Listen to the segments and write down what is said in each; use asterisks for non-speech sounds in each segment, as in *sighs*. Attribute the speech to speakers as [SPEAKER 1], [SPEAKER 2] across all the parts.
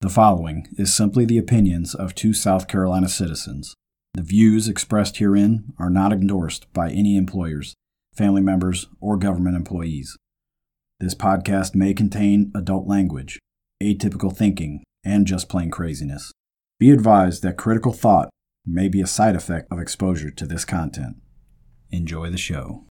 [SPEAKER 1] The following is simply the opinions of two South Carolina citizens. The views expressed herein are not endorsed by any employers, family members, or government employees. This podcast may contain adult language, atypical thinking, and just plain craziness. Be advised that critical thought may be a side effect of exposure to this content. Enjoy the show.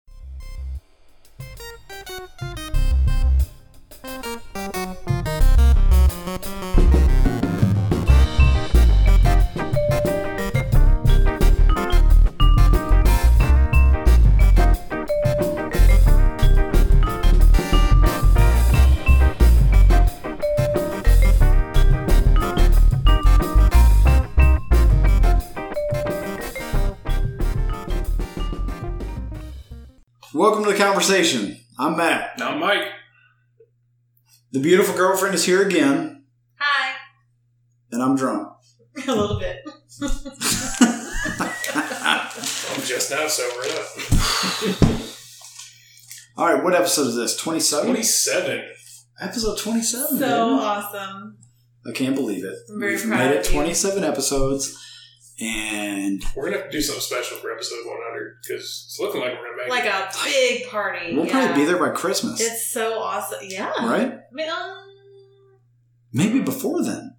[SPEAKER 1] Welcome to the conversation. I'm Matt.
[SPEAKER 2] Now, Mike,
[SPEAKER 1] The beautiful girlfriend is here again,
[SPEAKER 3] Hi. *laughs*
[SPEAKER 1] and I'm drunk.
[SPEAKER 3] A little bit.
[SPEAKER 2] I'm just now sobered up.
[SPEAKER 1] All right, what episode is this? 27?
[SPEAKER 2] 27.
[SPEAKER 1] Episode 27.
[SPEAKER 3] So
[SPEAKER 1] dude.
[SPEAKER 3] awesome.
[SPEAKER 1] I can't believe it.
[SPEAKER 3] I'm very
[SPEAKER 1] We've
[SPEAKER 3] proud
[SPEAKER 1] made
[SPEAKER 3] of
[SPEAKER 1] it
[SPEAKER 3] you.
[SPEAKER 1] 27 episodes, and
[SPEAKER 2] We're going to have to do something special for episode 100 because it's looking like we're going to make
[SPEAKER 3] Like
[SPEAKER 2] it.
[SPEAKER 3] a big party.
[SPEAKER 1] we'll
[SPEAKER 3] yeah.
[SPEAKER 1] probably be there by Christmas,
[SPEAKER 3] It's so awesome. Yeah.
[SPEAKER 1] right?
[SPEAKER 3] I mean, um,
[SPEAKER 1] Maybe before then.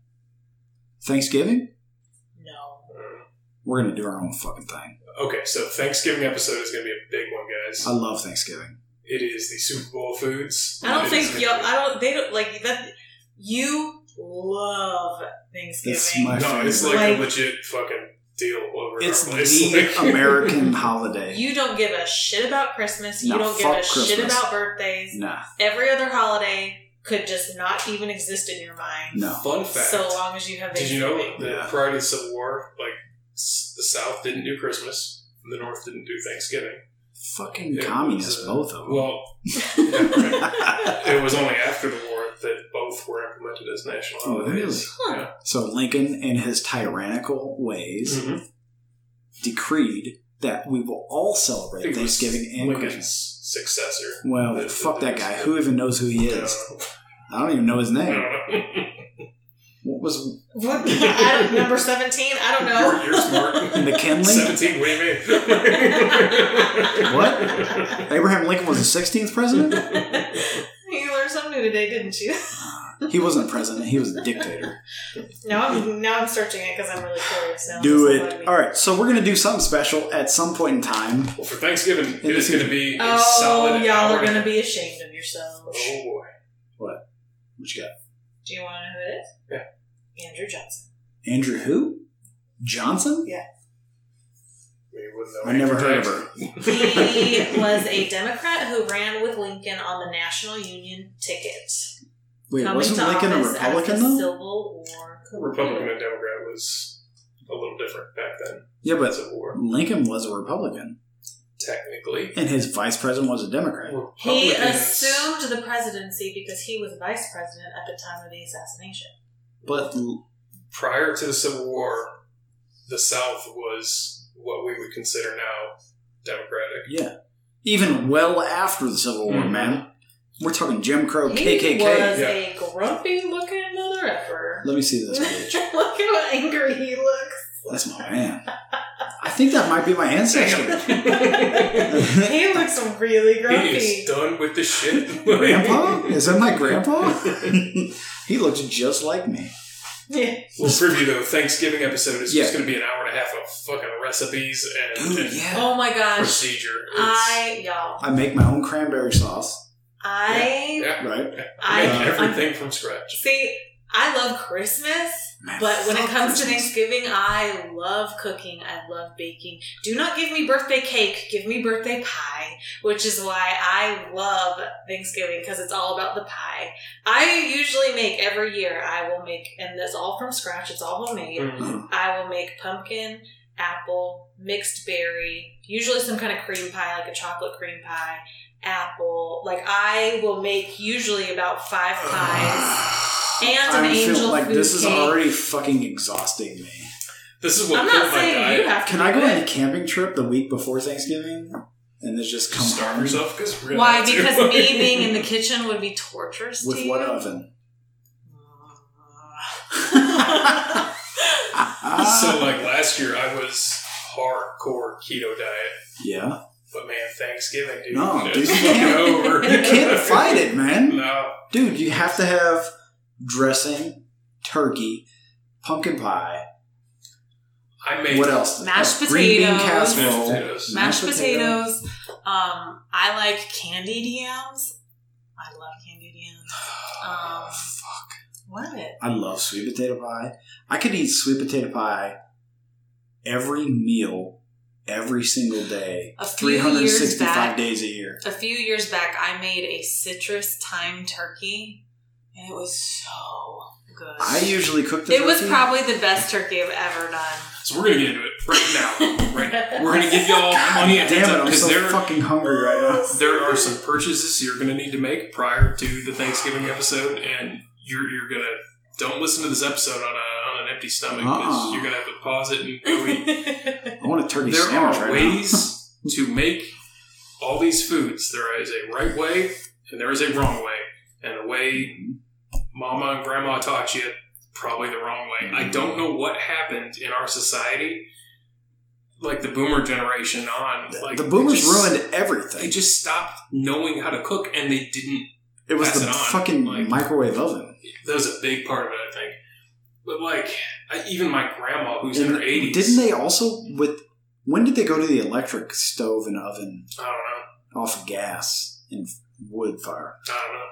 [SPEAKER 1] Thanksgiving?
[SPEAKER 3] no.
[SPEAKER 1] We're going to do our own fucking thing.
[SPEAKER 2] Okay, so Thanksgiving episode is going to be a big one,
[SPEAKER 1] I
[SPEAKER 2] guys.
[SPEAKER 1] love Thanksgiving.
[SPEAKER 2] It is the Super Bowl foods.
[SPEAKER 3] I don't
[SPEAKER 2] It is
[SPEAKER 3] think
[SPEAKER 2] gonna
[SPEAKER 3] y'all.
[SPEAKER 2] be-
[SPEAKER 3] I don't. They don't like that. You love Thanksgiving.
[SPEAKER 1] It's my-
[SPEAKER 2] No, it's like,
[SPEAKER 3] favorite.
[SPEAKER 2] a
[SPEAKER 3] Like-
[SPEAKER 2] legit fucking deal over
[SPEAKER 1] It's
[SPEAKER 2] our place. *laughs* Like,
[SPEAKER 1] the American holiday.
[SPEAKER 3] you don't give a shit about Christmas. You
[SPEAKER 1] No,
[SPEAKER 3] don't give a
[SPEAKER 1] fuck
[SPEAKER 3] shit
[SPEAKER 1] Christmas.
[SPEAKER 3] about birthdays.
[SPEAKER 1] nah,
[SPEAKER 3] Every other holiday could just not even exist in your mind.
[SPEAKER 1] no.
[SPEAKER 2] *laughs* Fun fact.
[SPEAKER 3] So long as you have
[SPEAKER 2] Did you
[SPEAKER 3] Thanksgiving.
[SPEAKER 2] know that
[SPEAKER 1] Yeah.
[SPEAKER 2] prior to the Civil War, like, s- the South didn't do Christmas, and the North didn't do Thanksgiving?
[SPEAKER 1] Fucking
[SPEAKER 2] It
[SPEAKER 1] communists,
[SPEAKER 2] was, uh,
[SPEAKER 1] both of them.
[SPEAKER 3] *laughs*
[SPEAKER 2] Well, yeah, right.
[SPEAKER 1] *laughs*
[SPEAKER 2] It was only after the war that both were implemented as national
[SPEAKER 1] Oh,
[SPEAKER 2] holidays.
[SPEAKER 1] really?
[SPEAKER 2] Yeah.
[SPEAKER 1] so Lincoln, in his tyrannical ways,
[SPEAKER 2] Mhm.
[SPEAKER 1] decreed that we will all
[SPEAKER 2] I
[SPEAKER 1] celebrate
[SPEAKER 2] think it was
[SPEAKER 1] Thanksgiving and
[SPEAKER 2] Lincoln's
[SPEAKER 1] Christmas.
[SPEAKER 2] successor.
[SPEAKER 1] Well,
[SPEAKER 2] that-
[SPEAKER 1] fuck that guy. Who even knows who he is? I don't even know his
[SPEAKER 2] I
[SPEAKER 1] name.
[SPEAKER 2] don't know.
[SPEAKER 1] What was
[SPEAKER 3] What? I don't, number 17? I don't know. *laughs*
[SPEAKER 2] You're, you're
[SPEAKER 1] *laughs*
[SPEAKER 2] smart. *laughs*
[SPEAKER 1] McKinley?
[SPEAKER 2] Seventeen. What do you mean?
[SPEAKER 1] What? Abraham Lincoln was the sixteenth president.
[SPEAKER 2] *laughs*
[SPEAKER 3] you learned something new today, didn't you?
[SPEAKER 1] He wasn't president. He was a dictator.
[SPEAKER 3] Now I'm now I'm searching it because I'm really curious now.
[SPEAKER 1] Do
[SPEAKER 3] This is bugging me.
[SPEAKER 1] it. All right. So we're gonna do something special at some point in time.
[SPEAKER 2] Well, for Thanksgiving, it is going to be a
[SPEAKER 3] Oh,
[SPEAKER 2] solid.
[SPEAKER 3] y'all
[SPEAKER 2] hour.
[SPEAKER 3] are gonna be ashamed of yourselves.
[SPEAKER 2] Oh boy.
[SPEAKER 1] What you got?
[SPEAKER 3] Do you want to know who it is? Yeah. Andrew
[SPEAKER 2] *laughs*
[SPEAKER 3] Johnson.
[SPEAKER 1] Andrew who? Johnson?
[SPEAKER 2] We wouldn't know
[SPEAKER 1] I never
[SPEAKER 2] Andrew
[SPEAKER 1] heard of
[SPEAKER 2] Jackson.
[SPEAKER 3] *laughs* He was a Democrat who ran with Lincoln on the National Union ticket.
[SPEAKER 1] Wait,
[SPEAKER 3] coming
[SPEAKER 1] wasn't
[SPEAKER 3] to
[SPEAKER 1] Lincoln a
[SPEAKER 3] office
[SPEAKER 1] Republican
[SPEAKER 3] as the
[SPEAKER 1] though?
[SPEAKER 3] Civil War.
[SPEAKER 2] *laughs* Republican and Democrat was a little different back then.
[SPEAKER 1] Yeah,
[SPEAKER 2] That's
[SPEAKER 1] but
[SPEAKER 2] Civil war,
[SPEAKER 1] Lincoln was a Republican,
[SPEAKER 2] technically.
[SPEAKER 1] and his vice president was a Democrat.
[SPEAKER 3] He
[SPEAKER 2] Republicans-
[SPEAKER 3] assumed the presidency because he was vice president at the time of the assassination.
[SPEAKER 1] But l-
[SPEAKER 2] prior to the Civil War, the South was what we would consider now democratic.
[SPEAKER 1] yeah, even well after the Civil War,
[SPEAKER 2] Mhm.
[SPEAKER 1] man, we're talking Jim Crow,
[SPEAKER 3] He
[SPEAKER 1] KKK.
[SPEAKER 3] was a grumpy looking mother effer.
[SPEAKER 1] Let me see
[SPEAKER 3] *laughs*
[SPEAKER 1] this page.
[SPEAKER 3] Look at how angry
[SPEAKER 2] *laughs*
[SPEAKER 3] he looks.
[SPEAKER 1] That's my man. I think that might be my
[SPEAKER 2] *laughs*
[SPEAKER 1] ancestor.
[SPEAKER 3] he looks really
[SPEAKER 2] he
[SPEAKER 3] grumpy.
[SPEAKER 2] is done with the shit.
[SPEAKER 1] grandpa? Is that my grandpa? *laughs* he looks just like me.
[SPEAKER 3] *laughs* Yeah.
[SPEAKER 2] Well, preview though, Thanksgiving episode is
[SPEAKER 1] Yeah.
[SPEAKER 2] just going to be an hour and a half of fucking recipes and,
[SPEAKER 1] Ooh,
[SPEAKER 2] and
[SPEAKER 1] yeah.
[SPEAKER 3] Oh my gosh.
[SPEAKER 2] procedure. It's-
[SPEAKER 3] I y'all.
[SPEAKER 1] I make my own cranberry sauce,
[SPEAKER 3] I
[SPEAKER 2] yeah,
[SPEAKER 1] right?
[SPEAKER 3] I
[SPEAKER 2] make
[SPEAKER 3] I'm-
[SPEAKER 2] everything from scratch.
[SPEAKER 3] see, I love Christmas.
[SPEAKER 1] Man,
[SPEAKER 3] But when it
[SPEAKER 1] fuck
[SPEAKER 3] comes to
[SPEAKER 1] Christmas.
[SPEAKER 3] Thanksgiving, I love cooking. I love baking. Do not give me birthday cake. Give me birthday pie, which is why I love Thanksgiving because it's all about the pie. I usually make every year. I will make, and it's all from scratch. It's all homemade.
[SPEAKER 2] Mm.
[SPEAKER 3] I will make pumpkin, apple, mixed berry, usually some kind of cream pie, like a chocolate cream pie, apple. Like I will make usually about five
[SPEAKER 2] Uh, *laughs*
[SPEAKER 3] pies. And an
[SPEAKER 1] I'm feeling
[SPEAKER 3] angel
[SPEAKER 1] like
[SPEAKER 3] food
[SPEAKER 1] this is
[SPEAKER 3] cake.
[SPEAKER 1] already fucking exhausting me.
[SPEAKER 2] This is what
[SPEAKER 3] I'm
[SPEAKER 2] killed
[SPEAKER 3] not
[SPEAKER 2] my
[SPEAKER 3] saying you
[SPEAKER 2] diet.
[SPEAKER 3] have to.
[SPEAKER 1] Can I
[SPEAKER 3] do
[SPEAKER 1] go on
[SPEAKER 3] it.
[SPEAKER 1] a camping trip the week before Thanksgiving and just just come
[SPEAKER 2] Just starve
[SPEAKER 1] home?
[SPEAKER 2] yourself because really *laughs*
[SPEAKER 3] Why? Because me *laughs*
[SPEAKER 1] *laughs*
[SPEAKER 3] being in the kitchen would be torturous to
[SPEAKER 1] with
[SPEAKER 3] you.
[SPEAKER 1] what oven?
[SPEAKER 3] Uh,
[SPEAKER 2] So like last year, I was hardcore keto diet,
[SPEAKER 1] Yeah.
[SPEAKER 2] but man, Thanksgiving, dude,
[SPEAKER 1] No,
[SPEAKER 2] it's
[SPEAKER 1] dude, you
[SPEAKER 2] fucking
[SPEAKER 1] can't-
[SPEAKER 2] over.
[SPEAKER 1] You can't fight it, man.
[SPEAKER 2] No,
[SPEAKER 1] Dude, you have to have dressing, turkey, pumpkin pie.
[SPEAKER 2] I made
[SPEAKER 1] What else?
[SPEAKER 3] Mashed
[SPEAKER 1] Uh, Green bean
[SPEAKER 3] potatoes.
[SPEAKER 1] casserole.
[SPEAKER 2] Mashed potatoes.
[SPEAKER 3] *laughs* mashed
[SPEAKER 1] potato.
[SPEAKER 3] potatoes. Um, I like candied yams. I love candied
[SPEAKER 1] *sighs*
[SPEAKER 3] yams. Um,
[SPEAKER 1] Fuck.
[SPEAKER 3] What?
[SPEAKER 1] I love sweet potato pie. I could eat sweet potato pie every meal, every single day,
[SPEAKER 3] A few years
[SPEAKER 1] 365
[SPEAKER 3] back-
[SPEAKER 1] days a year.
[SPEAKER 3] A few years back, I made a citrus thyme turkey, and it was so good.
[SPEAKER 1] I usually cook the
[SPEAKER 3] it was
[SPEAKER 1] turkey.
[SPEAKER 3] probably the best turkey I've ever done.
[SPEAKER 2] So we're gonna get into it right now.
[SPEAKER 3] *laughs*
[SPEAKER 2] Right, now. we're gonna give y'all money
[SPEAKER 1] God
[SPEAKER 2] at
[SPEAKER 1] damn it,
[SPEAKER 2] up
[SPEAKER 1] I'm
[SPEAKER 2] because
[SPEAKER 1] so
[SPEAKER 2] there
[SPEAKER 1] fucking
[SPEAKER 2] *laughs*
[SPEAKER 1] hungry right now.
[SPEAKER 2] there are some purchases you're gonna need to make prior to the Thanksgiving episode, and you're you're gonna don't listen to this episode on a on an empty stomach because
[SPEAKER 1] Uh-uh.
[SPEAKER 2] you're gonna have to pause it
[SPEAKER 1] *laughs*
[SPEAKER 2] and go eat.
[SPEAKER 3] *laughs*
[SPEAKER 1] I want a turkey
[SPEAKER 2] there
[SPEAKER 1] sandwich
[SPEAKER 2] are
[SPEAKER 1] right
[SPEAKER 2] ways to make all these foods. There is a right way and there is a wrong way. And the way mama and grandma taught you, probably the wrong way.
[SPEAKER 1] Mhm.
[SPEAKER 2] I don't know what happened in our society, like the boomer generation on.
[SPEAKER 1] now.
[SPEAKER 2] Like
[SPEAKER 1] the boomers
[SPEAKER 2] they just-
[SPEAKER 1] ruined everything.
[SPEAKER 2] They just stopped knowing how to cook and they didn't
[SPEAKER 1] it was
[SPEAKER 2] pass
[SPEAKER 1] the
[SPEAKER 2] it on,
[SPEAKER 1] fucking
[SPEAKER 2] like-
[SPEAKER 1] microwave oven.
[SPEAKER 2] that was a big part of it, I think. But like, I, even my grandma, who's in
[SPEAKER 1] And
[SPEAKER 2] her eighties,
[SPEAKER 1] Didn't they also with when did they go to the electric stove and oven
[SPEAKER 2] I don't know.
[SPEAKER 1] off of gas and wood fire?
[SPEAKER 2] I don't know.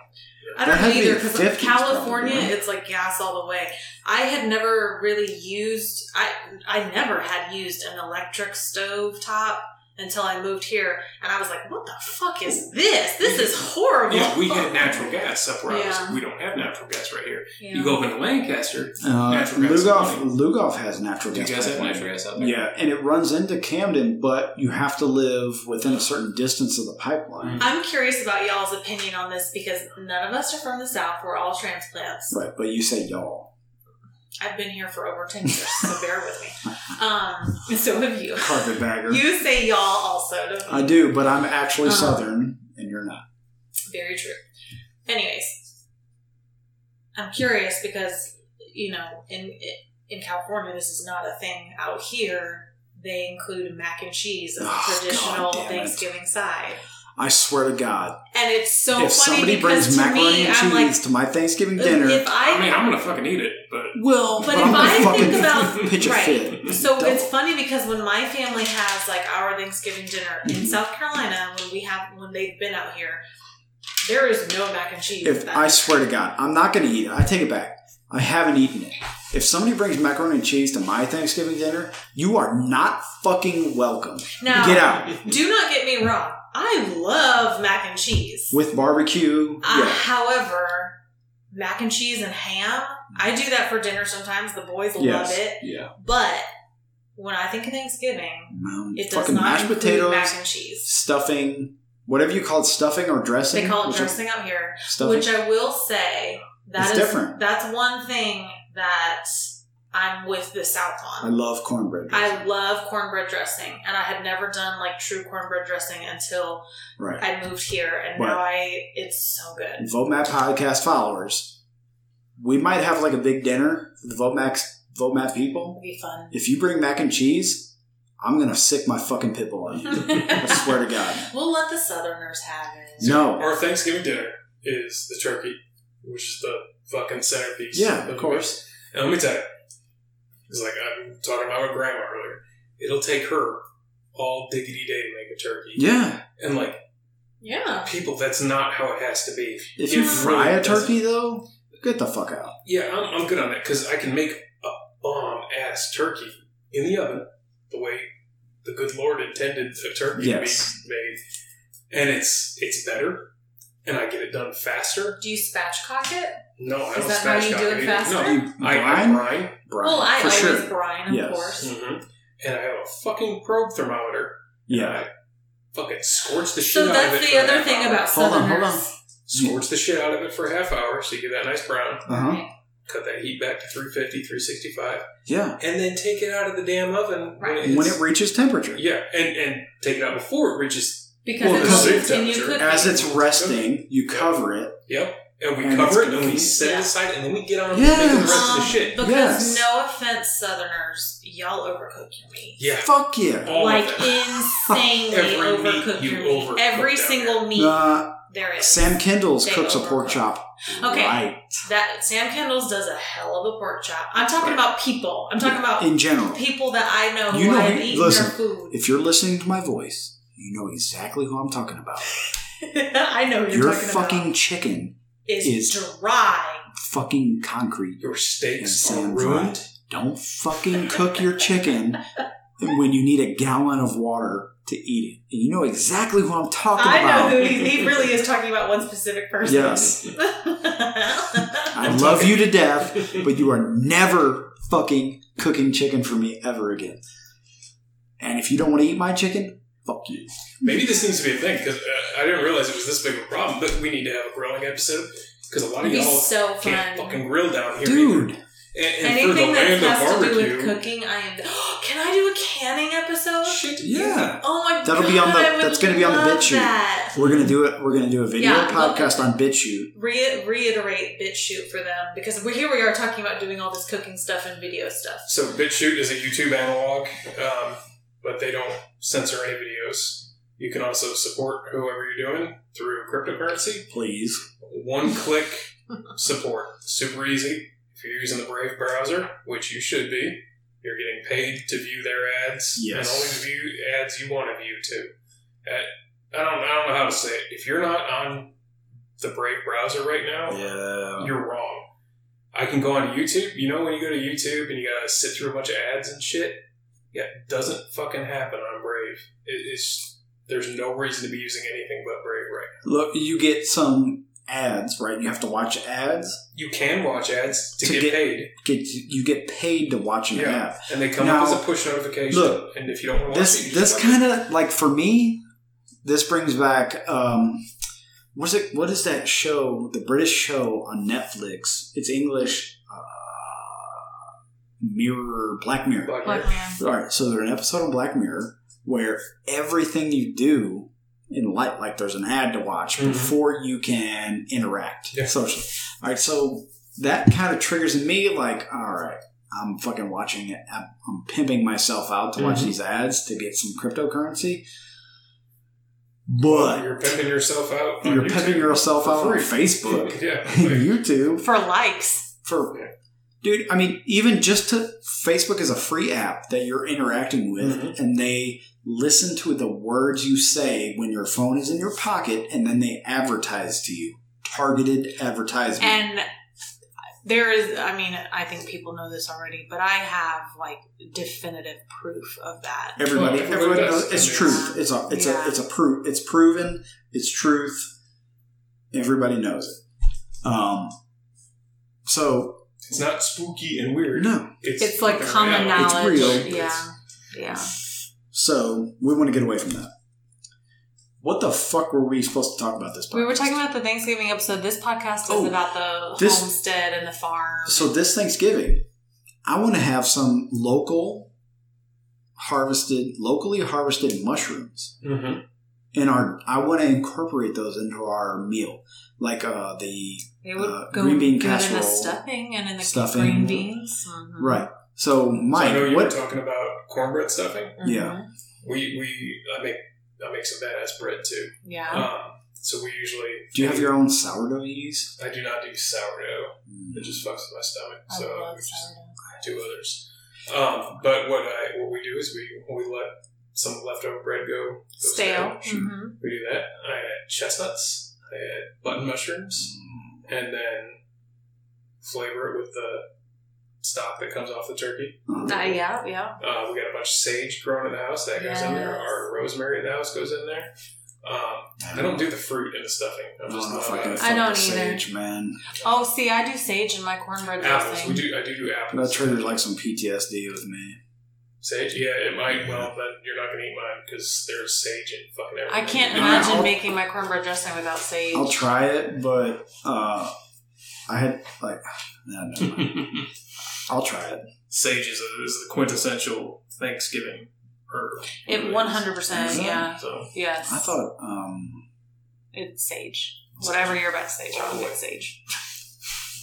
[SPEAKER 3] I
[SPEAKER 1] That
[SPEAKER 3] don't
[SPEAKER 1] had
[SPEAKER 3] know
[SPEAKER 1] to be
[SPEAKER 3] either
[SPEAKER 1] in
[SPEAKER 3] because
[SPEAKER 1] 50s
[SPEAKER 3] California,
[SPEAKER 1] probably, right?
[SPEAKER 3] it's like gas all the way. I had never really used I I never had used an electric stove top until I moved here, and I was like, "What the fuck is this? This is horrible."
[SPEAKER 2] Yeah, we had natural gas up where I
[SPEAKER 3] Yeah.
[SPEAKER 2] was. We don't have natural gas right here.
[SPEAKER 3] Yeah.
[SPEAKER 2] You go up into Lancaster.
[SPEAKER 1] Uh,
[SPEAKER 2] Natural gas
[SPEAKER 1] Lugoff
[SPEAKER 2] pipeline.
[SPEAKER 1] Lugoff has natural
[SPEAKER 2] Do you
[SPEAKER 1] gas.
[SPEAKER 2] guys have
[SPEAKER 1] pipeline.
[SPEAKER 2] natural gas out there?
[SPEAKER 1] Yeah, and it runs into Camden, but you have to live within a certain distance of the pipeline.
[SPEAKER 3] *laughs* I'm curious about y'all's opinion on this because none of us are from the South. We're all transplants.
[SPEAKER 1] Right, but you say y'all.
[SPEAKER 3] I've been here for over ten years, so bear with me. Um, and so have
[SPEAKER 2] *laughs*
[SPEAKER 3] you.
[SPEAKER 1] Carpetbagger.
[SPEAKER 3] You say y'all also. don't you?
[SPEAKER 1] I do, but I'm actually
[SPEAKER 3] Um,
[SPEAKER 1] Southern, and you're not.
[SPEAKER 3] Very true. Anyways, I'm curious because you know in in California this is not a thing. Out here they include mac and cheese as a
[SPEAKER 1] Oh,
[SPEAKER 3] traditional
[SPEAKER 1] God damn it.
[SPEAKER 3] Thanksgiving side,
[SPEAKER 1] I swear to God,
[SPEAKER 3] and it's so
[SPEAKER 1] if
[SPEAKER 3] funny
[SPEAKER 1] somebody
[SPEAKER 3] because
[SPEAKER 1] brings
[SPEAKER 3] to
[SPEAKER 1] macaroni
[SPEAKER 3] me
[SPEAKER 1] and
[SPEAKER 3] I'm
[SPEAKER 1] cheese
[SPEAKER 3] like,
[SPEAKER 1] to my Thanksgiving dinner,
[SPEAKER 3] if
[SPEAKER 2] I
[SPEAKER 3] I
[SPEAKER 2] mean, I'm gonna fucking eat it, but
[SPEAKER 1] well,
[SPEAKER 3] But
[SPEAKER 1] I'm
[SPEAKER 3] if
[SPEAKER 1] gonna
[SPEAKER 3] I
[SPEAKER 1] fucking
[SPEAKER 3] think about-
[SPEAKER 1] *laughs* pitch a
[SPEAKER 3] right.
[SPEAKER 1] fit.
[SPEAKER 3] So
[SPEAKER 1] Double.
[SPEAKER 3] it's funny because when my family has like our Thanksgiving dinner in
[SPEAKER 1] Mhm.
[SPEAKER 3] South Carolina, when we have when they've been out here, there is no mac and cheese.
[SPEAKER 1] If
[SPEAKER 3] that-
[SPEAKER 1] I swear to God, I'm not going to eat it. I take it back. I haven't eaten it. If somebody brings macaroni and cheese to my Thanksgiving dinner, you are not fucking welcome.
[SPEAKER 3] now,
[SPEAKER 1] Get out
[SPEAKER 3] do not get me wrong. I love mac and cheese.
[SPEAKER 1] with barbecue.
[SPEAKER 3] Uh,
[SPEAKER 1] yeah.
[SPEAKER 3] However, mac and cheese and ham, I do that for dinner sometimes. The boys
[SPEAKER 1] Yes.
[SPEAKER 3] love it,
[SPEAKER 1] Yeah.
[SPEAKER 3] but when I think of Thanksgiving,
[SPEAKER 1] Um,
[SPEAKER 3] it does
[SPEAKER 1] fucking
[SPEAKER 3] not
[SPEAKER 1] mashed
[SPEAKER 3] include
[SPEAKER 1] potatoes,
[SPEAKER 3] mac and cheese.
[SPEAKER 1] stuffing, whatever you call it, stuffing or dressing.
[SPEAKER 3] They call it
[SPEAKER 1] which is
[SPEAKER 3] dressing out here.
[SPEAKER 1] Stuffing.
[SPEAKER 3] Which I will say that
[SPEAKER 1] It's
[SPEAKER 3] is
[SPEAKER 1] different.
[SPEAKER 3] That's one thing that I'm with the South
[SPEAKER 1] I
[SPEAKER 3] on.
[SPEAKER 1] love cornbread. dressing.
[SPEAKER 3] I love cornbread dressing, and I had never done like true cornbread dressing until
[SPEAKER 1] right.
[SPEAKER 3] I moved here, and now I it's so good.
[SPEAKER 1] Vote Map podcast followers, we might have like a big dinner for the Vote Max Vote Map people.
[SPEAKER 3] It'll be fun.
[SPEAKER 1] If you bring mac and cheese, I'm gonna sick my fucking pit bull on you. I swear to God.
[SPEAKER 3] *laughs* We'll let the Southerners have it.
[SPEAKER 1] No.
[SPEAKER 2] our Thanksgiving dinner is the turkey, which is the fucking centerpiece.
[SPEAKER 1] Yeah,
[SPEAKER 2] the
[SPEAKER 1] of course.
[SPEAKER 2] meal. And let me tell you, it's like I'm talking about my grandma earlier. It'll take her all diggity day to make a turkey.
[SPEAKER 1] Yeah.
[SPEAKER 2] And like
[SPEAKER 3] Yeah.
[SPEAKER 2] people, that's not how it has to be.
[SPEAKER 1] If
[SPEAKER 2] It
[SPEAKER 1] you
[SPEAKER 2] really
[SPEAKER 1] fry a
[SPEAKER 2] doesn't.
[SPEAKER 1] turkey though, get the fuck out.
[SPEAKER 2] Yeah, I'm, I'm good on that because I can make a bomb ass turkey in the oven the way the good Lord intended a turkey
[SPEAKER 1] Yes.
[SPEAKER 2] to be made, and it's it's better, and I get it done faster.
[SPEAKER 3] Do you spatchcock it?
[SPEAKER 2] No, I
[SPEAKER 3] Is
[SPEAKER 2] don't
[SPEAKER 3] that how
[SPEAKER 2] smash
[SPEAKER 3] you
[SPEAKER 2] cock
[SPEAKER 3] do it
[SPEAKER 2] either.
[SPEAKER 3] faster?
[SPEAKER 2] No, you, I, I
[SPEAKER 1] Brine?
[SPEAKER 2] brine,
[SPEAKER 1] Brian,
[SPEAKER 3] Well, I
[SPEAKER 1] for
[SPEAKER 3] always
[SPEAKER 1] sure.
[SPEAKER 3] brine, of
[SPEAKER 1] Yes.
[SPEAKER 3] course.
[SPEAKER 2] hmm and I have a fucking probe thermometer. and
[SPEAKER 1] Yeah.
[SPEAKER 2] I fucking scorch the shit
[SPEAKER 3] So
[SPEAKER 2] out of it.
[SPEAKER 3] that's
[SPEAKER 2] for
[SPEAKER 3] the
[SPEAKER 2] a
[SPEAKER 3] other
[SPEAKER 2] half
[SPEAKER 3] thing
[SPEAKER 2] hour.
[SPEAKER 3] about
[SPEAKER 1] Hold on, hold
[SPEAKER 3] Southerners.
[SPEAKER 1] on.
[SPEAKER 2] scorch the shit out of it for a half hour, so you get that nice brown.
[SPEAKER 1] Uh-huh.
[SPEAKER 2] Cut that heat back to 350, 365.
[SPEAKER 1] Yeah.
[SPEAKER 2] and then take it out of the damn oven
[SPEAKER 3] Right.
[SPEAKER 2] it's-
[SPEAKER 1] When it reaches temperature.
[SPEAKER 2] yeah, and and take it out before it reaches.
[SPEAKER 3] Because
[SPEAKER 1] Well,
[SPEAKER 3] it
[SPEAKER 1] because
[SPEAKER 3] will
[SPEAKER 2] it's
[SPEAKER 3] continue
[SPEAKER 2] temperature.
[SPEAKER 3] cooking.
[SPEAKER 1] As it's resting, you cover it
[SPEAKER 2] Yep, and we
[SPEAKER 1] And
[SPEAKER 2] cover
[SPEAKER 1] it's
[SPEAKER 2] it, and we
[SPEAKER 1] convenient.
[SPEAKER 2] set it
[SPEAKER 3] Yeah.
[SPEAKER 2] aside, and then we get on with
[SPEAKER 1] Yes.
[SPEAKER 2] making the rest of the
[SPEAKER 3] Um,
[SPEAKER 2] shit.
[SPEAKER 3] Because
[SPEAKER 1] Yes.
[SPEAKER 3] no offense, Southerners, y'all overcook your meat.
[SPEAKER 2] Yeah,
[SPEAKER 1] Fuck yeah.
[SPEAKER 2] all
[SPEAKER 3] like
[SPEAKER 2] of it.
[SPEAKER 3] insanely
[SPEAKER 2] Every meat
[SPEAKER 3] overcook
[SPEAKER 2] you
[SPEAKER 3] your meat.
[SPEAKER 2] overcook
[SPEAKER 3] Every
[SPEAKER 2] down
[SPEAKER 3] single meat
[SPEAKER 1] Uh,
[SPEAKER 3] there is.
[SPEAKER 1] Sam Kendall's
[SPEAKER 3] They
[SPEAKER 1] cooks a pork
[SPEAKER 3] overcook.
[SPEAKER 1] chop.
[SPEAKER 3] Okay.
[SPEAKER 1] Right.
[SPEAKER 3] that Sam Kendall's does a hell of a pork chop. I'm talking about people. I'm talking about
[SPEAKER 1] In general,
[SPEAKER 3] people that I know who
[SPEAKER 1] You know
[SPEAKER 3] I've
[SPEAKER 1] who-
[SPEAKER 3] eaten
[SPEAKER 1] listen,
[SPEAKER 3] their food. *laughs*
[SPEAKER 1] if you're listening to my voice, you know exactly who I'm talking about.
[SPEAKER 3] I know who you're
[SPEAKER 1] Your
[SPEAKER 3] talking
[SPEAKER 1] fucking
[SPEAKER 3] about.
[SPEAKER 1] chicken,
[SPEAKER 3] Is,
[SPEAKER 1] is-
[SPEAKER 3] dry.
[SPEAKER 1] fucking concrete,
[SPEAKER 2] Your
[SPEAKER 1] and
[SPEAKER 2] steaks are
[SPEAKER 1] Sam
[SPEAKER 2] ruined.
[SPEAKER 1] Bryant. Don't fucking cook your chicken when you need a gallon of water to eat it. And you know exactly who I'm talking
[SPEAKER 3] I know
[SPEAKER 1] about.
[SPEAKER 3] who he, he really is talking about one specific person. *laughs*
[SPEAKER 1] Yes. I
[SPEAKER 2] I'm
[SPEAKER 1] love
[SPEAKER 2] talking-
[SPEAKER 1] you to death,
[SPEAKER 2] *laughs*
[SPEAKER 1] but you are never fucking cooking chicken for me ever again. And if you don't want to eat my chicken, fuck you.
[SPEAKER 2] Maybe this needs to be a thing because uh, I didn't realize it was this big of a problem. But we need to have a grilling episode because a lot
[SPEAKER 3] It'd
[SPEAKER 2] of
[SPEAKER 3] be
[SPEAKER 2] y'all
[SPEAKER 3] so fun.
[SPEAKER 2] can't fucking grill down here,
[SPEAKER 1] Dude,
[SPEAKER 2] Either. And, and for the
[SPEAKER 3] Anything that
[SPEAKER 2] land of
[SPEAKER 3] has to
[SPEAKER 2] barbecue,
[SPEAKER 3] do with cooking, I am. *gasps* Can I do a canning episode?
[SPEAKER 2] shit,
[SPEAKER 1] yeah.
[SPEAKER 3] Oh my god!
[SPEAKER 1] That'll be on the-
[SPEAKER 3] I would
[SPEAKER 1] that's gonna be on the
[SPEAKER 3] love
[SPEAKER 1] bit sheet.
[SPEAKER 3] that.
[SPEAKER 1] We're gonna do it. We're gonna do a video
[SPEAKER 3] Yeah, look-
[SPEAKER 1] podcast on BitChute.
[SPEAKER 3] Re- reiterate bit shoot for them because we're here. We are talking about doing all this cooking stuff and video stuff.
[SPEAKER 2] So BitChute is a YouTube analog, um, but they don't censor any videos. You can also support whoever you're doing through cryptocurrency.
[SPEAKER 1] Please.
[SPEAKER 2] One click support. Super easy. If you're using the Brave browser, which you should be, you're getting paid to view their ads
[SPEAKER 1] Yes.
[SPEAKER 2] and only view ads you want to view too. Uh, I don't, I don't know how to say it. If you're not on the Brave browser right now,
[SPEAKER 1] Yeah.
[SPEAKER 2] you're wrong. I can go on YouTube. You know when you go to YouTube and you gotta sit through a bunch of ads and shit. Yeah, it doesn't fucking happen on Brave. It, it's there's no reason to be using anything but Brave right now.
[SPEAKER 1] Look, you get some ads, right? You have to watch ads.
[SPEAKER 2] You can watch ads to,
[SPEAKER 1] To
[SPEAKER 2] get,
[SPEAKER 1] get-
[SPEAKER 2] paid,
[SPEAKER 1] Get you get paid to watch an
[SPEAKER 2] Yeah.
[SPEAKER 1] ad.
[SPEAKER 2] and they come
[SPEAKER 1] Now,
[SPEAKER 2] up as a push notification.
[SPEAKER 1] look,
[SPEAKER 2] and if you don't want to watch it,
[SPEAKER 1] This
[SPEAKER 2] you
[SPEAKER 1] this
[SPEAKER 2] just
[SPEAKER 1] kind of like for me, this brings back um, what's it? What is that show? The British show on Netflix. It's English. Uh, Mirror, Black Mirror.
[SPEAKER 2] Black
[SPEAKER 3] Black
[SPEAKER 2] Mirror.
[SPEAKER 3] man.
[SPEAKER 1] All right, so there's an episode on Black Mirror where everything you do in light, like there's an ad to watch
[SPEAKER 2] Mhm.
[SPEAKER 1] before you can interact
[SPEAKER 2] Yeah.
[SPEAKER 1] socially. All right, so that kind of triggers in me, like, all right, I'm fucking watching it. I'm, I'm pimping myself out to watch
[SPEAKER 2] Mhm.
[SPEAKER 1] these ads to get some cryptocurrency.
[SPEAKER 2] Well,
[SPEAKER 1] But
[SPEAKER 2] you're pimping yourself out. on
[SPEAKER 1] you're
[SPEAKER 2] YouTube.
[SPEAKER 1] pimping yourself
[SPEAKER 2] for
[SPEAKER 1] out on
[SPEAKER 2] free.
[SPEAKER 1] Facebook,
[SPEAKER 2] *laughs* yeah.
[SPEAKER 1] *laughs*
[SPEAKER 2] like,
[SPEAKER 1] YouTube,
[SPEAKER 3] for likes.
[SPEAKER 1] for
[SPEAKER 2] Yeah.
[SPEAKER 1] dude i mean even just to facebook is a free app that you're interacting with
[SPEAKER 2] Mhm.
[SPEAKER 1] and they listen to the words you say when your phone is in your pocket and then they advertise to you targeted advertisement
[SPEAKER 3] And there is, I mean, I think people know this already, but I have like definitive proof of that.
[SPEAKER 1] everybody
[SPEAKER 2] Well,
[SPEAKER 1] everybody
[SPEAKER 2] that's-
[SPEAKER 1] knows it's
[SPEAKER 2] I mean,
[SPEAKER 1] truth it's a it's
[SPEAKER 3] yeah.
[SPEAKER 1] a it's a proof it's proven it's truth everybody knows it um so
[SPEAKER 2] it's not spooky and weird.
[SPEAKER 1] no
[SPEAKER 2] It's,
[SPEAKER 3] It's like
[SPEAKER 2] fucking
[SPEAKER 3] common
[SPEAKER 2] reality.
[SPEAKER 1] It's
[SPEAKER 3] knowledge.
[SPEAKER 1] real.
[SPEAKER 3] Yeah, yeah.
[SPEAKER 1] so we want to get away from that what the fuck were we supposed to talk about this
[SPEAKER 3] We were
[SPEAKER 1] podcast?
[SPEAKER 3] talking about the Thanksgiving episode. This podcast is
[SPEAKER 1] Oh,
[SPEAKER 3] about the
[SPEAKER 1] this-
[SPEAKER 3] homestead and the farm.
[SPEAKER 1] So this Thanksgiving, I want to have some local harvested, locally harvested mushrooms
[SPEAKER 2] Mhm.
[SPEAKER 1] in our. I want to incorporate those into our meal, like uh, the
[SPEAKER 3] They would
[SPEAKER 1] uh,
[SPEAKER 3] go
[SPEAKER 1] green bean
[SPEAKER 3] good in
[SPEAKER 1] casserole,
[SPEAKER 3] the stuffing and in the
[SPEAKER 1] stuffing.
[SPEAKER 3] green beans. Mhm.
[SPEAKER 1] right. So
[SPEAKER 2] so I
[SPEAKER 1] Mike,
[SPEAKER 2] know you were
[SPEAKER 1] what?
[SPEAKER 2] talking about cornbread stuffing.
[SPEAKER 3] Mhm.
[SPEAKER 1] Yeah.
[SPEAKER 2] We we I make I make some badass bread too.
[SPEAKER 1] Uh,
[SPEAKER 3] Yeah.
[SPEAKER 2] Um, so we usually
[SPEAKER 1] do you have your own sourdough you use?
[SPEAKER 2] I do not do sourdough. It just fucks with my stomach.
[SPEAKER 3] I
[SPEAKER 2] so
[SPEAKER 3] love
[SPEAKER 2] we just
[SPEAKER 3] sourdough.
[SPEAKER 2] do others. Um, but what I what we do is we we let some leftover bread go go
[SPEAKER 3] Stale. hmm
[SPEAKER 2] We do that. I had chestnuts. I had button mushrooms, and then flavor it with the stock that comes off the turkey.
[SPEAKER 3] Uh, yeah, yeah.
[SPEAKER 2] Uh, we got a bunch of sage growing in the house that goes in there.
[SPEAKER 3] Yes.
[SPEAKER 2] Our rosemary in the house goes in there. Um, I don't do the fruit and the stuffing.
[SPEAKER 1] I
[SPEAKER 2] I'm
[SPEAKER 1] don't
[SPEAKER 2] just
[SPEAKER 1] know
[SPEAKER 2] not
[SPEAKER 1] if I
[SPEAKER 2] about
[SPEAKER 1] can.
[SPEAKER 2] it.
[SPEAKER 3] I
[SPEAKER 1] afford
[SPEAKER 3] don't
[SPEAKER 1] the
[SPEAKER 3] either.
[SPEAKER 1] Sage, man.
[SPEAKER 3] Oh, see, I do sage in my cornbread
[SPEAKER 2] apples.
[SPEAKER 3] dressing.
[SPEAKER 2] We do. I do do
[SPEAKER 1] That
[SPEAKER 2] apples.
[SPEAKER 1] triggered like some PTSD with me.
[SPEAKER 2] Sage. Yeah, it might. Well, then you're not gonna eat mine because there's sage in fucking everything.
[SPEAKER 3] I
[SPEAKER 2] *laughs*
[SPEAKER 3] can't
[SPEAKER 1] Yeah,
[SPEAKER 3] imagine
[SPEAKER 1] I'll-
[SPEAKER 3] making my cornbread dressing without sage.
[SPEAKER 1] I'll try it, but uh, I had like, *sighs* no, no, no.
[SPEAKER 2] imagine.
[SPEAKER 1] I'll try it.
[SPEAKER 2] *laughs* sage is, a, is the quintessential Thanksgiving herb.
[SPEAKER 3] it one hundred percent.
[SPEAKER 1] Is it?
[SPEAKER 3] Yeah.
[SPEAKER 2] So
[SPEAKER 3] Yes.
[SPEAKER 1] I thought um,
[SPEAKER 3] it's sage. Whatever your best sage, I'm a good
[SPEAKER 2] *laughs*
[SPEAKER 3] sage.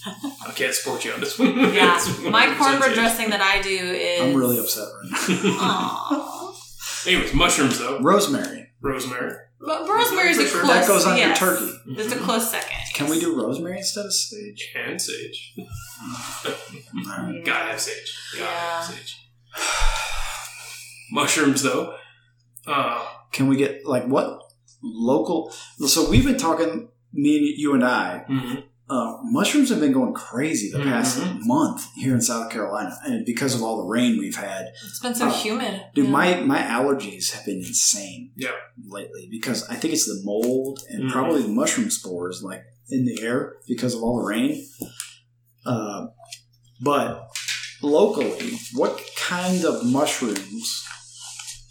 [SPEAKER 2] I can't support you on this one. *laughs*
[SPEAKER 3] Yeah,
[SPEAKER 2] It's
[SPEAKER 3] my
[SPEAKER 2] 100%
[SPEAKER 3] cornbread
[SPEAKER 2] it.
[SPEAKER 3] dressing that I do is.
[SPEAKER 1] I'm really upset right now.
[SPEAKER 3] *laughs* Aw.
[SPEAKER 2] *laughs* Anyways, mushrooms though.
[SPEAKER 1] Rosemary.
[SPEAKER 2] Rosemary. *laughs*
[SPEAKER 3] But rosemary's a
[SPEAKER 2] For sure.
[SPEAKER 3] close.
[SPEAKER 1] that goes under
[SPEAKER 3] yes.
[SPEAKER 1] turkey.
[SPEAKER 3] It's a close second.
[SPEAKER 1] Can we do rosemary instead of sage?
[SPEAKER 2] Mm-hmm.
[SPEAKER 1] Mm-hmm.
[SPEAKER 2] And sage.
[SPEAKER 1] All right.
[SPEAKER 3] Yeah.
[SPEAKER 2] Gotta have sage. Gotta have
[SPEAKER 3] Yeah.
[SPEAKER 2] sage. *sighs* Mushrooms though. Uh,
[SPEAKER 1] Can we get like what local? So we've been talking, me and you and I.
[SPEAKER 2] mhm.
[SPEAKER 1] Uh, mushrooms have been going crazy the past
[SPEAKER 2] Mhm.
[SPEAKER 1] month here in South Carolina, and because of all the rain we've had,
[SPEAKER 3] It's been so
[SPEAKER 1] Uh,
[SPEAKER 3] humid.
[SPEAKER 1] dude,
[SPEAKER 3] Yeah.
[SPEAKER 1] my my allergies have been insane.
[SPEAKER 2] Yeah.
[SPEAKER 1] lately because I think it's the mold and
[SPEAKER 2] Mhm.
[SPEAKER 1] probably the mushroom spores like in the air because of all the rain. Uh, but locally, what kind of mushrooms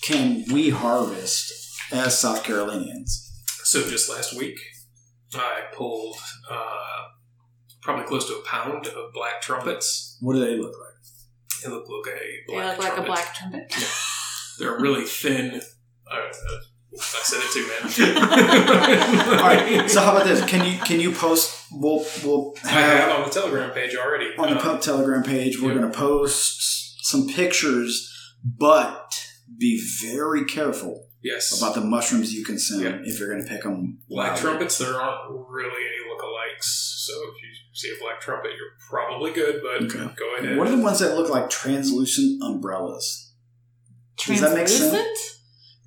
[SPEAKER 1] can we harvest as South Carolinians?
[SPEAKER 2] So just last week, I pulled uh, probably close to a pound of black trumpets.
[SPEAKER 1] What do they look
[SPEAKER 2] *laughs*
[SPEAKER 1] like?
[SPEAKER 2] They look like a
[SPEAKER 3] They
[SPEAKER 2] black
[SPEAKER 3] look like a
[SPEAKER 2] trumpet.
[SPEAKER 3] black trumpet.
[SPEAKER 2] They're really thin. I, I, I said it too, *laughs* man.
[SPEAKER 1] *laughs* All right. So how about this? Can you can you post? We'll we'll
[SPEAKER 2] I have
[SPEAKER 1] have
[SPEAKER 2] on the Telegram page already.
[SPEAKER 1] on the
[SPEAKER 2] Uh,
[SPEAKER 1] Pump Telegram page. We're
[SPEAKER 2] yeah.
[SPEAKER 1] going to post some pictures, but be very careful
[SPEAKER 2] yes.
[SPEAKER 1] about the mushrooms you consume
[SPEAKER 2] Yeah.
[SPEAKER 1] if you're going to pick them.
[SPEAKER 2] Black trumpets, there aren't really any lookalikes, so if you see a black trumpet, you're probably good, but
[SPEAKER 1] Okay.
[SPEAKER 2] go ahead.
[SPEAKER 1] What are the ones that look like translucent umbrellas? Does that make sense?
[SPEAKER 3] Translucent?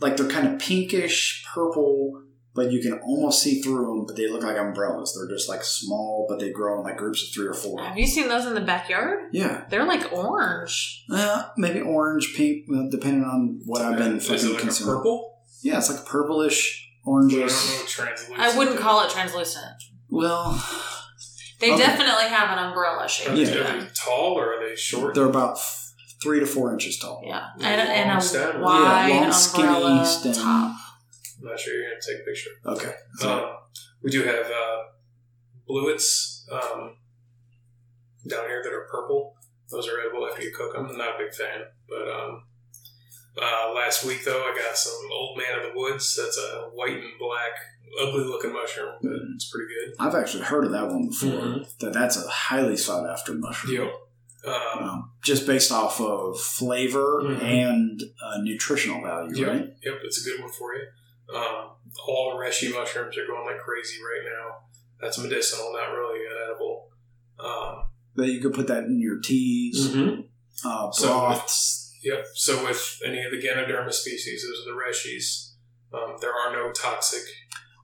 [SPEAKER 1] Like they're kind of pinkish purple, but you can almost see through them. But they look like umbrellas. They're just like small, but they grow in like groups of three or four.
[SPEAKER 3] Have you seen those in the backyard?
[SPEAKER 1] Yeah,
[SPEAKER 3] They're like orange.
[SPEAKER 1] uh, maybe orange, pink, uh, depending on what I've been
[SPEAKER 2] Is it
[SPEAKER 1] fucking
[SPEAKER 2] like a
[SPEAKER 1] consuming.
[SPEAKER 2] purple?
[SPEAKER 1] Yeah, it's like purplish,
[SPEAKER 2] I don't know
[SPEAKER 1] orangish.
[SPEAKER 2] what translucent
[SPEAKER 3] I wouldn't call it translucent.
[SPEAKER 1] Well,
[SPEAKER 3] They
[SPEAKER 1] Okay.
[SPEAKER 3] definitely have an umbrella shape
[SPEAKER 2] Are
[SPEAKER 3] to
[SPEAKER 2] they, are
[SPEAKER 3] them.
[SPEAKER 2] they tall or are they short?
[SPEAKER 1] they're about f- three to four inches tall.
[SPEAKER 3] Yeah,
[SPEAKER 2] Long
[SPEAKER 3] and, and
[SPEAKER 2] stem.
[SPEAKER 3] a wide
[SPEAKER 1] Yeah, long, skinny
[SPEAKER 3] umbrella
[SPEAKER 1] stem.
[SPEAKER 3] top.
[SPEAKER 2] I'm not sure you're going to take a picture.
[SPEAKER 1] Okay.
[SPEAKER 2] Um, we do have uh, bluets um, down here that are purple. Those are edible after you cook them. I'm not a big fan, but um, uh, last week though, I got some Old Man of the Woods. That's a white and black, ugly looking mushroom, but it's pretty good.
[SPEAKER 1] I've actually heard of that one before. That that's a highly sought after mushroom.
[SPEAKER 2] Deal. Um,
[SPEAKER 1] Um, just based off of flavor
[SPEAKER 2] Mhm.
[SPEAKER 1] and uh, nutritional value,
[SPEAKER 2] Yeah.
[SPEAKER 1] right?
[SPEAKER 2] yep, it's a good one for you. Um, all reshi mushrooms are going like crazy right now. That's medicinal, not really an edible. Um,
[SPEAKER 1] That you could put that in your teas, uh,
[SPEAKER 2] So-
[SPEAKER 1] broths.
[SPEAKER 2] Yep. So with any of the Ganoderma species, those are the Reshis. Um, there are no toxic.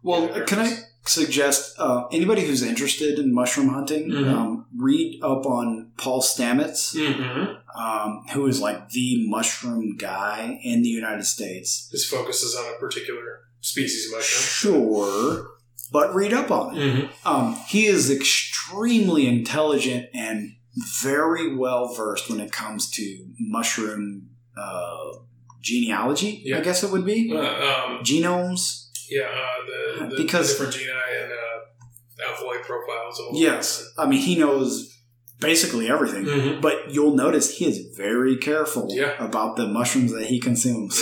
[SPEAKER 1] well, uh,
[SPEAKER 2] Ganodermas.
[SPEAKER 1] can I suggest uh, anybody who's interested in mushroom hunting
[SPEAKER 2] Mhm.
[SPEAKER 1] um, read up on Paul Stamets,
[SPEAKER 2] Mm-hmm.
[SPEAKER 1] um, who is like the mushroom guy in the United States.
[SPEAKER 2] This focuses on a particular species of mushroom.
[SPEAKER 1] Sure, but read up on it.
[SPEAKER 2] Mm-hmm.
[SPEAKER 1] Um, he is extremely intelligent and very well versed when it comes to mushroom uh, genealogy.
[SPEAKER 2] Yeah.
[SPEAKER 1] I guess it would be
[SPEAKER 2] Uh, um,
[SPEAKER 1] genomes.
[SPEAKER 2] yeah. Uh, the, the
[SPEAKER 1] Because-
[SPEAKER 2] different geni and uh, alpha profiles. of all-
[SPEAKER 1] Yes, Mm-hmm. I mean he knows basically everything.
[SPEAKER 2] Mhm.
[SPEAKER 1] But you'll notice he is very careful
[SPEAKER 2] Yeah.
[SPEAKER 1] about the mushrooms that he consumes,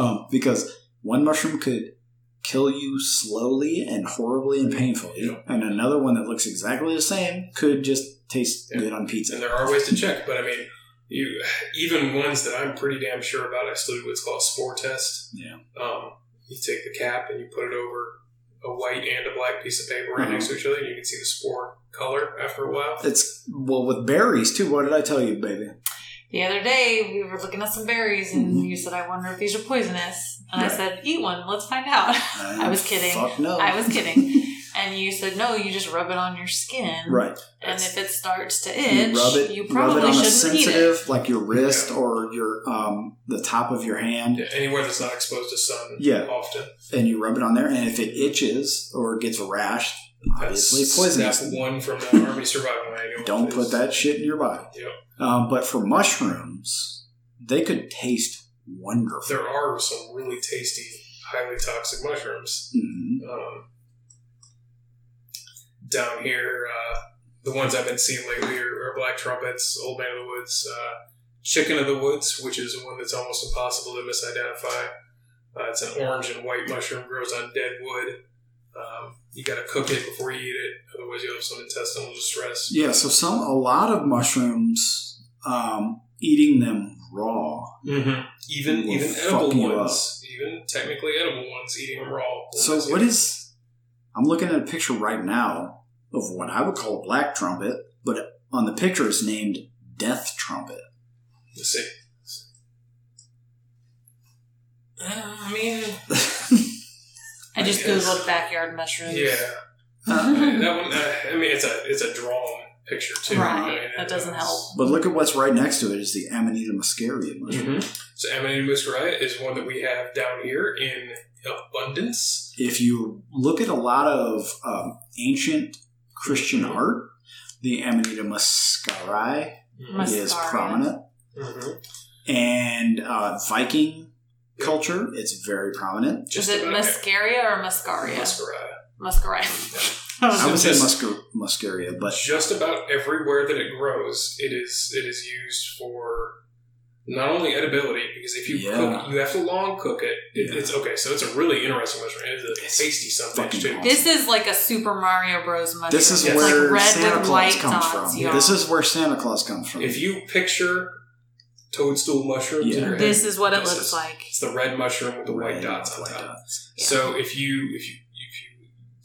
[SPEAKER 1] *laughs* um, because one mushroom could kill you slowly and horribly and painfully,
[SPEAKER 2] Yeah.
[SPEAKER 1] and another one that looks exactly the same could just taste
[SPEAKER 2] Yeah.
[SPEAKER 1] good on pizza.
[SPEAKER 2] And there are ways to check, but I mean, you even ones that I'm pretty damn sure about. I still do what's called a spore test.
[SPEAKER 1] Yeah.
[SPEAKER 2] Um, you take the cap and you put it over a white and a black piece of paper right
[SPEAKER 1] Uh-huh.
[SPEAKER 2] next to each other, and you can see the spore color after a while.
[SPEAKER 1] It's well with berries too. What did I tell you, baby?
[SPEAKER 3] The other day, we were looking at some berries, and you said, "I wonder if these are poisonous."
[SPEAKER 1] Mm-hmm.
[SPEAKER 3] And
[SPEAKER 1] Right.
[SPEAKER 3] I said, "Eat one. Let's find out." *laughs* I was kidding.
[SPEAKER 1] Uh, Fuck no.
[SPEAKER 3] I was kidding. And you said, "No, you just rub it on your skin,
[SPEAKER 1] *laughs* right.
[SPEAKER 3] and if it starts to
[SPEAKER 1] You
[SPEAKER 3] itch,
[SPEAKER 1] rub it.
[SPEAKER 3] you
[SPEAKER 1] rub
[SPEAKER 3] probably
[SPEAKER 1] it on a
[SPEAKER 3] shouldn't eat it."
[SPEAKER 1] sensitive, like your wrist or your um the top of your hand,
[SPEAKER 2] Yeah, anywhere that's not exposed to sun
[SPEAKER 1] Yeah.
[SPEAKER 2] often.
[SPEAKER 1] and you rub it on there. And if it itches or gets a rash, obviously
[SPEAKER 2] That's
[SPEAKER 1] poisonous.
[SPEAKER 2] Step one from the *laughs* Army Survival Manual.
[SPEAKER 1] Don't put
[SPEAKER 2] is-
[SPEAKER 1] that shit in your body.
[SPEAKER 2] Yeah.
[SPEAKER 1] Um, but for mushrooms, they could taste wonderful.
[SPEAKER 2] There are some really tasty, highly toxic mushrooms
[SPEAKER 1] Mhm.
[SPEAKER 2] um, down here. Uh, the ones I've been seeing lately are, are black trumpets, old man of the woods, uh, chicken of the woods, which is one that's almost impossible to misidentify. Uh, it's an orange and white mushroom grows on dead wood. Um, you got to cook it before you eat it, otherwise you'll have some intestinal distress.
[SPEAKER 1] Yeah, so some a lot of mushrooms, um, eating them raw.
[SPEAKER 2] Mm-hmm. Even
[SPEAKER 1] Will
[SPEAKER 2] even
[SPEAKER 1] fuck
[SPEAKER 2] edible
[SPEAKER 1] you
[SPEAKER 2] ones, even technically edible ones, eating them raw. will
[SPEAKER 1] So
[SPEAKER 2] mess you
[SPEAKER 1] what
[SPEAKER 2] up.
[SPEAKER 1] is? I'm looking at a picture right now of what I would call a black trumpet, but on the picture it's named death trumpet. *laughs*
[SPEAKER 2] Let's see. Uh, I mean,
[SPEAKER 4] I just
[SPEAKER 2] Yes.
[SPEAKER 4] googled backyard mushrooms. *laughs*
[SPEAKER 2] yeah,
[SPEAKER 1] Uh,
[SPEAKER 2] that one. Uh, I mean, it's a it's a drawn picture too.
[SPEAKER 4] Right.
[SPEAKER 2] I mean,
[SPEAKER 4] That doesn't help.
[SPEAKER 1] but look at what's right next to it is the Amanita muscaria mushroom.
[SPEAKER 2] hmm So Amanita muscaria is one that we have down here in abundance.
[SPEAKER 1] If you look at a lot of um, ancient Christian art, the Amanita muscaria is
[SPEAKER 4] Muscaria.
[SPEAKER 1] prominent,
[SPEAKER 2] hmm
[SPEAKER 1] Mm-hmm. and uh, Viking culture it's very prominent.
[SPEAKER 4] Is
[SPEAKER 2] Just
[SPEAKER 4] it
[SPEAKER 2] about
[SPEAKER 4] muscaria or
[SPEAKER 2] every-
[SPEAKER 4] muscaria?
[SPEAKER 2] muscaria.
[SPEAKER 4] Muscaria.
[SPEAKER 1] *laughs* I would say
[SPEAKER 2] Just-
[SPEAKER 1] musca- muscaria, but
[SPEAKER 2] just about everywhere that it grows, it is it is used for not only edibility because if you
[SPEAKER 1] Yeah.
[SPEAKER 2] cook, you have to long cook it. it
[SPEAKER 1] Yeah.
[SPEAKER 2] It's okay, so it's a really interesting mushroom. It's a tasty something
[SPEAKER 1] fucking
[SPEAKER 2] too.
[SPEAKER 1] awesome.
[SPEAKER 4] This is like a Super Mario Bros. mushroom.
[SPEAKER 1] This is
[SPEAKER 4] It's
[SPEAKER 1] where
[SPEAKER 4] like red
[SPEAKER 1] Santa
[SPEAKER 4] with
[SPEAKER 1] Claus
[SPEAKER 4] white
[SPEAKER 1] comes
[SPEAKER 4] dots,
[SPEAKER 1] from.
[SPEAKER 4] y'all.
[SPEAKER 1] This is where Santa Claus comes from.
[SPEAKER 2] If you picture toadstool mushrooms in
[SPEAKER 1] Yeah.
[SPEAKER 2] your head,
[SPEAKER 4] This is what it
[SPEAKER 2] This
[SPEAKER 4] looks
[SPEAKER 2] is-
[SPEAKER 4] like.
[SPEAKER 2] it's the red mushroom with the white
[SPEAKER 1] Red
[SPEAKER 2] dots on
[SPEAKER 1] white
[SPEAKER 2] top.
[SPEAKER 1] dots.
[SPEAKER 4] Yeah.
[SPEAKER 2] So if you if you if you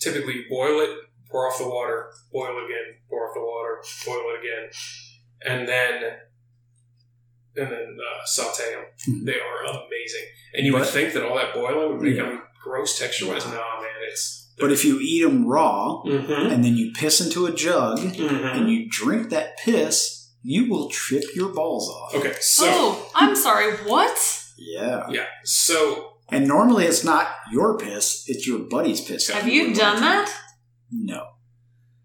[SPEAKER 2] typically boil it, pour off the water, boil again, pour off the water, boil it again, and then and then uh, saute them.
[SPEAKER 1] Mhm.
[SPEAKER 2] They are amazing. And you would
[SPEAKER 1] But-
[SPEAKER 2] think that all that boiling would make
[SPEAKER 1] Yeah.
[SPEAKER 2] them gross texture wise.
[SPEAKER 1] Wow.
[SPEAKER 2] Nah, man, it's
[SPEAKER 1] But if you eat them raw
[SPEAKER 2] mm-hmm.
[SPEAKER 1] and then you piss into a jug
[SPEAKER 2] Mm-hmm.
[SPEAKER 1] and you drink that piss, you will trip your balls off.
[SPEAKER 2] okay. So
[SPEAKER 4] oh, I'm sorry. What?
[SPEAKER 1] Yeah.
[SPEAKER 2] yeah, so
[SPEAKER 1] And normally it's not your piss, it's your buddy's piss.
[SPEAKER 4] Have you done that?
[SPEAKER 1] No,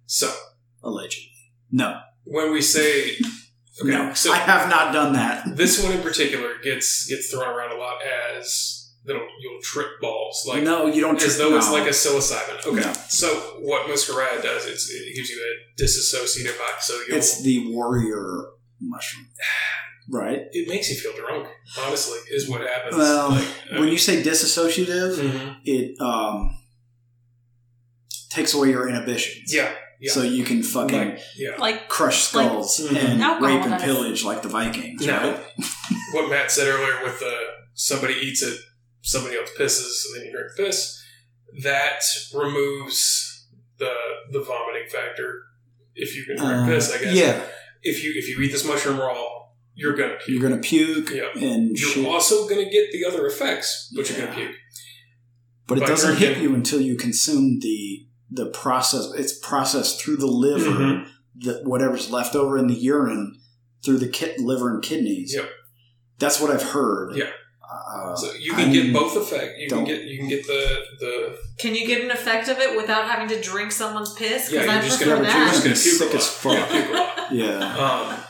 [SPEAKER 2] so
[SPEAKER 1] allegedly. No.
[SPEAKER 2] when we say okay,
[SPEAKER 1] no.
[SPEAKER 2] so
[SPEAKER 1] I have not done that.
[SPEAKER 2] this one in particular gets gets thrown around a lot as that'll you'll trip balls like
[SPEAKER 1] no, you don't trip
[SPEAKER 2] as though it's
[SPEAKER 1] no.
[SPEAKER 2] like a psilocybin. Okay,
[SPEAKER 1] No.
[SPEAKER 2] so what muscaria does is it gives you a disassociative vibe, so you'll
[SPEAKER 1] It's the warrior mushroom.
[SPEAKER 2] *sighs*
[SPEAKER 1] Right?
[SPEAKER 2] it makes you feel drunk. Honestly, is what happens.
[SPEAKER 1] Well,
[SPEAKER 2] like,
[SPEAKER 1] When you say disassociative,
[SPEAKER 2] Mhm.
[SPEAKER 1] it um, takes away your inhibitions.
[SPEAKER 2] yeah, yeah,
[SPEAKER 1] So you can fucking
[SPEAKER 2] Like, yeah.
[SPEAKER 4] Like,
[SPEAKER 1] crush
[SPEAKER 4] Like-
[SPEAKER 1] skulls
[SPEAKER 2] Mhm.
[SPEAKER 1] and
[SPEAKER 4] Alcohol
[SPEAKER 1] rape and
[SPEAKER 4] does.
[SPEAKER 1] pillage like the Vikings,
[SPEAKER 2] No.
[SPEAKER 1] right?
[SPEAKER 2] what Matt said earlier with the somebody eats it, somebody else pisses, and then you drink piss. That removes the the vomiting factor. If you can drink
[SPEAKER 1] Uh,
[SPEAKER 2] piss, I guess.
[SPEAKER 1] Yeah,
[SPEAKER 2] If you if you eat this mushroom raw, you're gonna puke.
[SPEAKER 1] you're gonna puke
[SPEAKER 2] Yeah.
[SPEAKER 1] and
[SPEAKER 2] You're
[SPEAKER 1] shit,
[SPEAKER 2] also gonna get the other effects, but you're gonna
[SPEAKER 1] Yeah.
[SPEAKER 2] puke.
[SPEAKER 1] but it
[SPEAKER 2] but
[SPEAKER 1] doesn't
[SPEAKER 2] you're
[SPEAKER 1] hit
[SPEAKER 2] gonna-
[SPEAKER 1] you until you consume the the process. It's processed through the liver,
[SPEAKER 2] Mhm.
[SPEAKER 1] the, whatever's left over in the urine through the ki- liver and kidneys.
[SPEAKER 2] Yep.
[SPEAKER 1] That's what I've heard.
[SPEAKER 2] Yeah.
[SPEAKER 1] Uh,
[SPEAKER 2] So you can
[SPEAKER 1] I'm-
[SPEAKER 2] get both effect. You
[SPEAKER 1] don't-
[SPEAKER 2] can get you can get the the
[SPEAKER 3] Can you get an effect of it without having to drink someone's piss?
[SPEAKER 2] yeah.
[SPEAKER 3] Because I
[SPEAKER 2] You're just
[SPEAKER 3] prefer
[SPEAKER 2] gonna you're
[SPEAKER 3] that.
[SPEAKER 2] just gonna puke
[SPEAKER 1] Sick
[SPEAKER 2] a
[SPEAKER 1] as
[SPEAKER 2] lot. You're gonna puke a lot.
[SPEAKER 1] Yeah,
[SPEAKER 2] Um,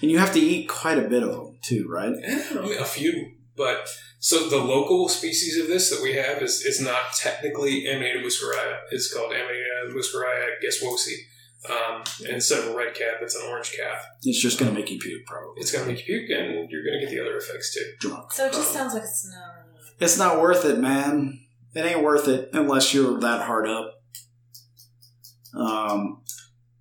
[SPEAKER 1] and you have to eat quite a bit of them too, right?
[SPEAKER 2] eh, I mean, a few, but so the local species of this that we have is is not technically Amanita muscaria. It's called Amanita muscaria geswosi. Um, instead of a red cap, it's an orange cap.
[SPEAKER 1] It's just gonna make you puke, probably.
[SPEAKER 2] It's gonna make you puke, and you're gonna get the other effects too.
[SPEAKER 1] drunk.
[SPEAKER 3] So it just sounds like it's not.
[SPEAKER 1] It's not worth it, man. It ain't worth it unless you're that hard up. Um,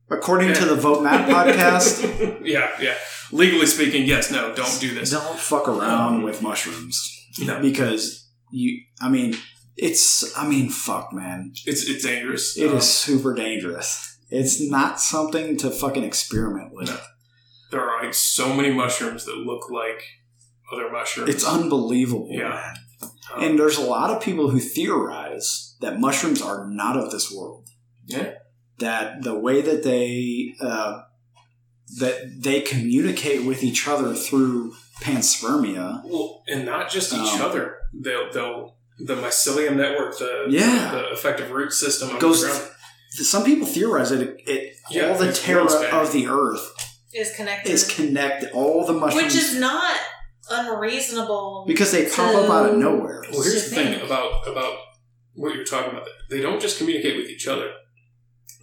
[SPEAKER 1] according to the Vote
[SPEAKER 2] *laughs*
[SPEAKER 1] Map podcast,
[SPEAKER 2] yeah, yeah. Legally speaking, yes, no, don't do this.
[SPEAKER 1] don't fuck around with mushrooms
[SPEAKER 2] No,
[SPEAKER 1] because you. I mean, it's. I mean, fuck, man.
[SPEAKER 2] it's it's dangerous.
[SPEAKER 1] It
[SPEAKER 2] Um,
[SPEAKER 1] is super dangerous. It's not something to fucking experiment with.
[SPEAKER 2] There are like so many mushrooms that look like other mushrooms.
[SPEAKER 1] It's unbelievable.
[SPEAKER 2] Yeah.
[SPEAKER 1] man.
[SPEAKER 2] Um,
[SPEAKER 1] And there's a lot of people who theorize that mushrooms are not of this world.
[SPEAKER 2] Yeah.
[SPEAKER 1] That the way that they uh, that they communicate with each other through panspermia.
[SPEAKER 2] Well, and not just each
[SPEAKER 1] Um,
[SPEAKER 2] other. They'll they'll the mycelium network, the
[SPEAKER 1] Yeah.
[SPEAKER 2] the effective root system on
[SPEAKER 1] Goes
[SPEAKER 2] the ground.
[SPEAKER 1] Some people theorize that it, it
[SPEAKER 2] Yeah,
[SPEAKER 1] all the
[SPEAKER 2] it's
[SPEAKER 1] terra
[SPEAKER 2] worlds, man.
[SPEAKER 1] of the earth
[SPEAKER 3] Is connected.
[SPEAKER 1] is connected. All the mushrooms,
[SPEAKER 3] Which is not unreasonable.
[SPEAKER 1] because they pop up out of nowhere.
[SPEAKER 2] Well, here's the thing
[SPEAKER 3] Think.
[SPEAKER 2] about about what you're talking about. They don't just communicate with each other.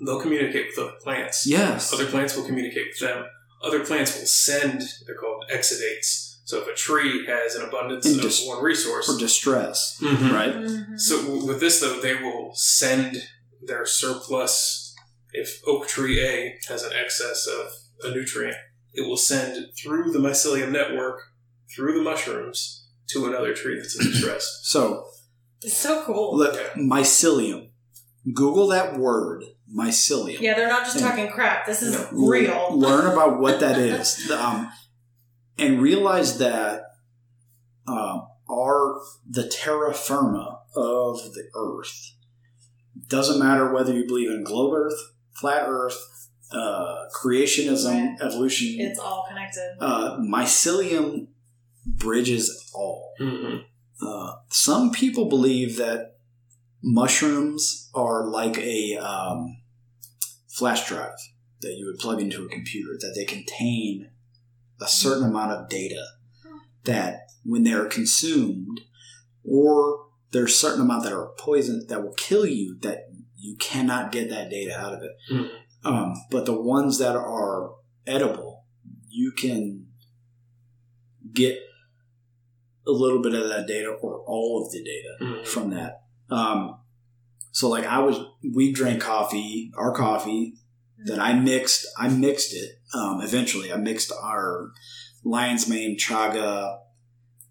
[SPEAKER 2] They'll communicate with other plants.
[SPEAKER 1] Yes.
[SPEAKER 2] Other plants will communicate with them. Other plants will send. They're called exudates. So if a tree has an abundance
[SPEAKER 1] And
[SPEAKER 2] of
[SPEAKER 1] dis-
[SPEAKER 2] one resource,
[SPEAKER 1] or distress,
[SPEAKER 2] Mhm.
[SPEAKER 1] right?
[SPEAKER 3] Mm-hmm.
[SPEAKER 2] So w- with this though, they will send their surplus. If oak tree A has an excess of a nutrient, it will send through the mycelium network, through the mushrooms, to another tree that's in
[SPEAKER 1] *clears throat*
[SPEAKER 2] distress.
[SPEAKER 1] So
[SPEAKER 3] It's so cool.
[SPEAKER 1] look, mycelium. Google that word, mycelium.
[SPEAKER 3] Yeah, they're not just talking crap. This is
[SPEAKER 2] No.
[SPEAKER 3] real.
[SPEAKER 1] Learn about what that is, um, and realize that um, are the terra firma of the Earth. Doesn't matter whether you believe in globe Earth, flat Earth, uh, creationism,
[SPEAKER 3] Right.
[SPEAKER 1] evolution.
[SPEAKER 3] It's all connected.
[SPEAKER 1] uh, mycelium bridges all.
[SPEAKER 2] Mm-hmm.
[SPEAKER 1] Uh, some people believe that mushrooms are like a um, flash drive that you would plug into a computer, that they contain a certain amount of data that when they are consumed, or there's certain amount that are poison that will kill you, that you cannot get that data out of it.
[SPEAKER 2] Mhm.
[SPEAKER 1] Um, but the ones that are edible, you can get a little bit of that data or all of the data
[SPEAKER 2] Mm-hmm.
[SPEAKER 1] from that. Um, so like I was, we drank coffee, our coffee that I mixed. I mixed it. Um, eventually, I mixed our lion's mane, chaga,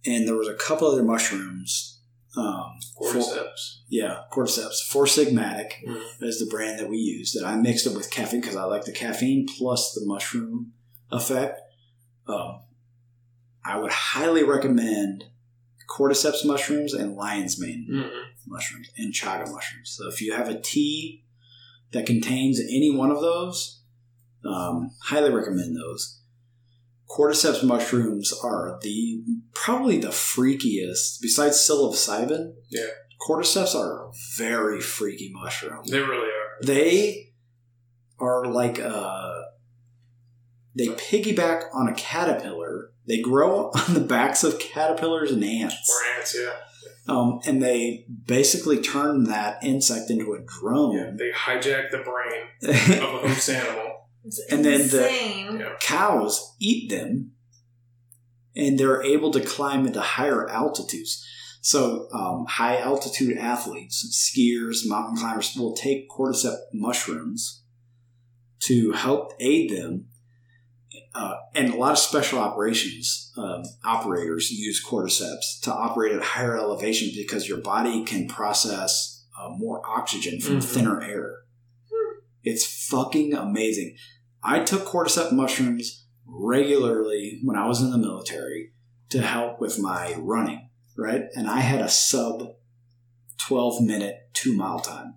[SPEAKER 1] and there was a couple other mushrooms. Um, for-
[SPEAKER 2] Cordyceps.
[SPEAKER 1] yeah, cordyceps, four sigmatic
[SPEAKER 2] Mhm.
[SPEAKER 1] is the brand that we use. That I mixed it with caffeine because I like the caffeine plus the mushroom effect. Um, I would highly recommend cordyceps mushrooms and lion's mane
[SPEAKER 2] Mhm.
[SPEAKER 1] mushrooms and chaga mushrooms. So if you have a tea that contains any one of those, um, highly recommend those. Cordyceps mushrooms are the probably the freakiest, besides psilocybin.
[SPEAKER 2] Yeah.
[SPEAKER 1] cordyceps are a very freaky mushroom.
[SPEAKER 2] They really are.
[SPEAKER 1] They are like uh they piggyback on a caterpillar. They grow on the backs of caterpillars and ants.
[SPEAKER 2] Or ants, yeah.
[SPEAKER 1] Um, and they basically turn that insect into a
[SPEAKER 2] yeah.
[SPEAKER 1] drone.
[SPEAKER 2] They hijack the brain of a host animal.
[SPEAKER 3] It's
[SPEAKER 1] and then the-
[SPEAKER 3] insane.
[SPEAKER 2] Yeah.
[SPEAKER 1] *laughs* Cows eat them, and they're able to climb into higher altitudes. So, um, high altitude athletes, skiers, mountain climbers will take cordyceps mushrooms to help aid them. Uh, and a lot of special operations um, operators use cordyceps to operate at higher elevations because your body can process uh, more oxygen from
[SPEAKER 2] Mhm.
[SPEAKER 1] thinner air. It's fucking amazing. I took cordyceps mushrooms regularly when I was in the military to help with my running, right? And I had a sub 12 minute two mile time.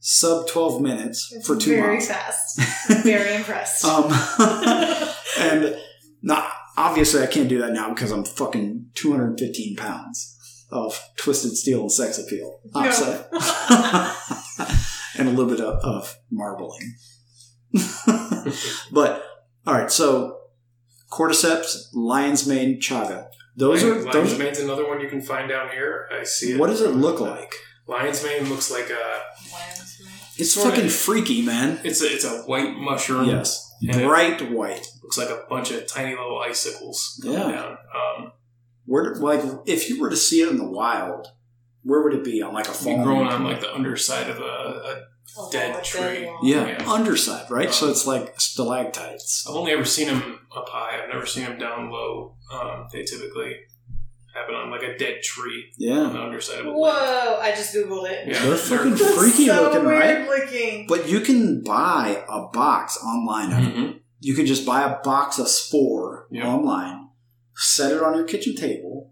[SPEAKER 1] Sub 12 minutes
[SPEAKER 3] It's
[SPEAKER 1] for two
[SPEAKER 3] very
[SPEAKER 1] miles.
[SPEAKER 3] fast.
[SPEAKER 1] *laughs*
[SPEAKER 3] I'm very impressed. *laughs*
[SPEAKER 1] Um, *laughs* and not obviously I can't do that now because I'm fucking 215 pounds of twisted steel and sex appeal.
[SPEAKER 3] No.
[SPEAKER 1] Upset. and a little bit of, of marbling. *laughs* but all right, so cordyceps, lion's mane, chaga. Those are
[SPEAKER 2] Lion-
[SPEAKER 1] those.
[SPEAKER 2] Lion's mane's another one you can find down here. I see it.
[SPEAKER 1] What does it look like?
[SPEAKER 2] Lion's mane looks like a
[SPEAKER 1] It's
[SPEAKER 2] Sorta-
[SPEAKER 1] fucking freaky, man.
[SPEAKER 2] it's a it's a white mushroom.
[SPEAKER 1] Yes,
[SPEAKER 2] And it-
[SPEAKER 1] bright white.
[SPEAKER 2] looks like a bunch of tiny little icicles going
[SPEAKER 1] Yeah.
[SPEAKER 2] down. Um,
[SPEAKER 1] Where, like, if you were to see it in the wild, where would it be? On like a
[SPEAKER 2] be
[SPEAKER 1] farm?
[SPEAKER 2] growing on like the underside of a, a
[SPEAKER 3] Oh,
[SPEAKER 2] dead
[SPEAKER 3] Lord,
[SPEAKER 2] tree.
[SPEAKER 3] very long.
[SPEAKER 1] Yeah,
[SPEAKER 2] Yeah. Uh,
[SPEAKER 1] underside, right? so it's like stalactites.
[SPEAKER 2] I've only ever seen them up high. I've never seen them down low. Um, they typically happen on like a dead tree on
[SPEAKER 1] Yeah,
[SPEAKER 2] the underside of a limb.
[SPEAKER 3] Whoa! I just googled it.
[SPEAKER 2] Yeah,
[SPEAKER 1] they're fucking freaky
[SPEAKER 3] so
[SPEAKER 1] looking, right?
[SPEAKER 3] weird Looking.
[SPEAKER 1] But you can buy a box online. of it.
[SPEAKER 2] Mhm.
[SPEAKER 1] You can just buy a box of spore
[SPEAKER 2] Yeah.
[SPEAKER 1] online, set it on your kitchen table,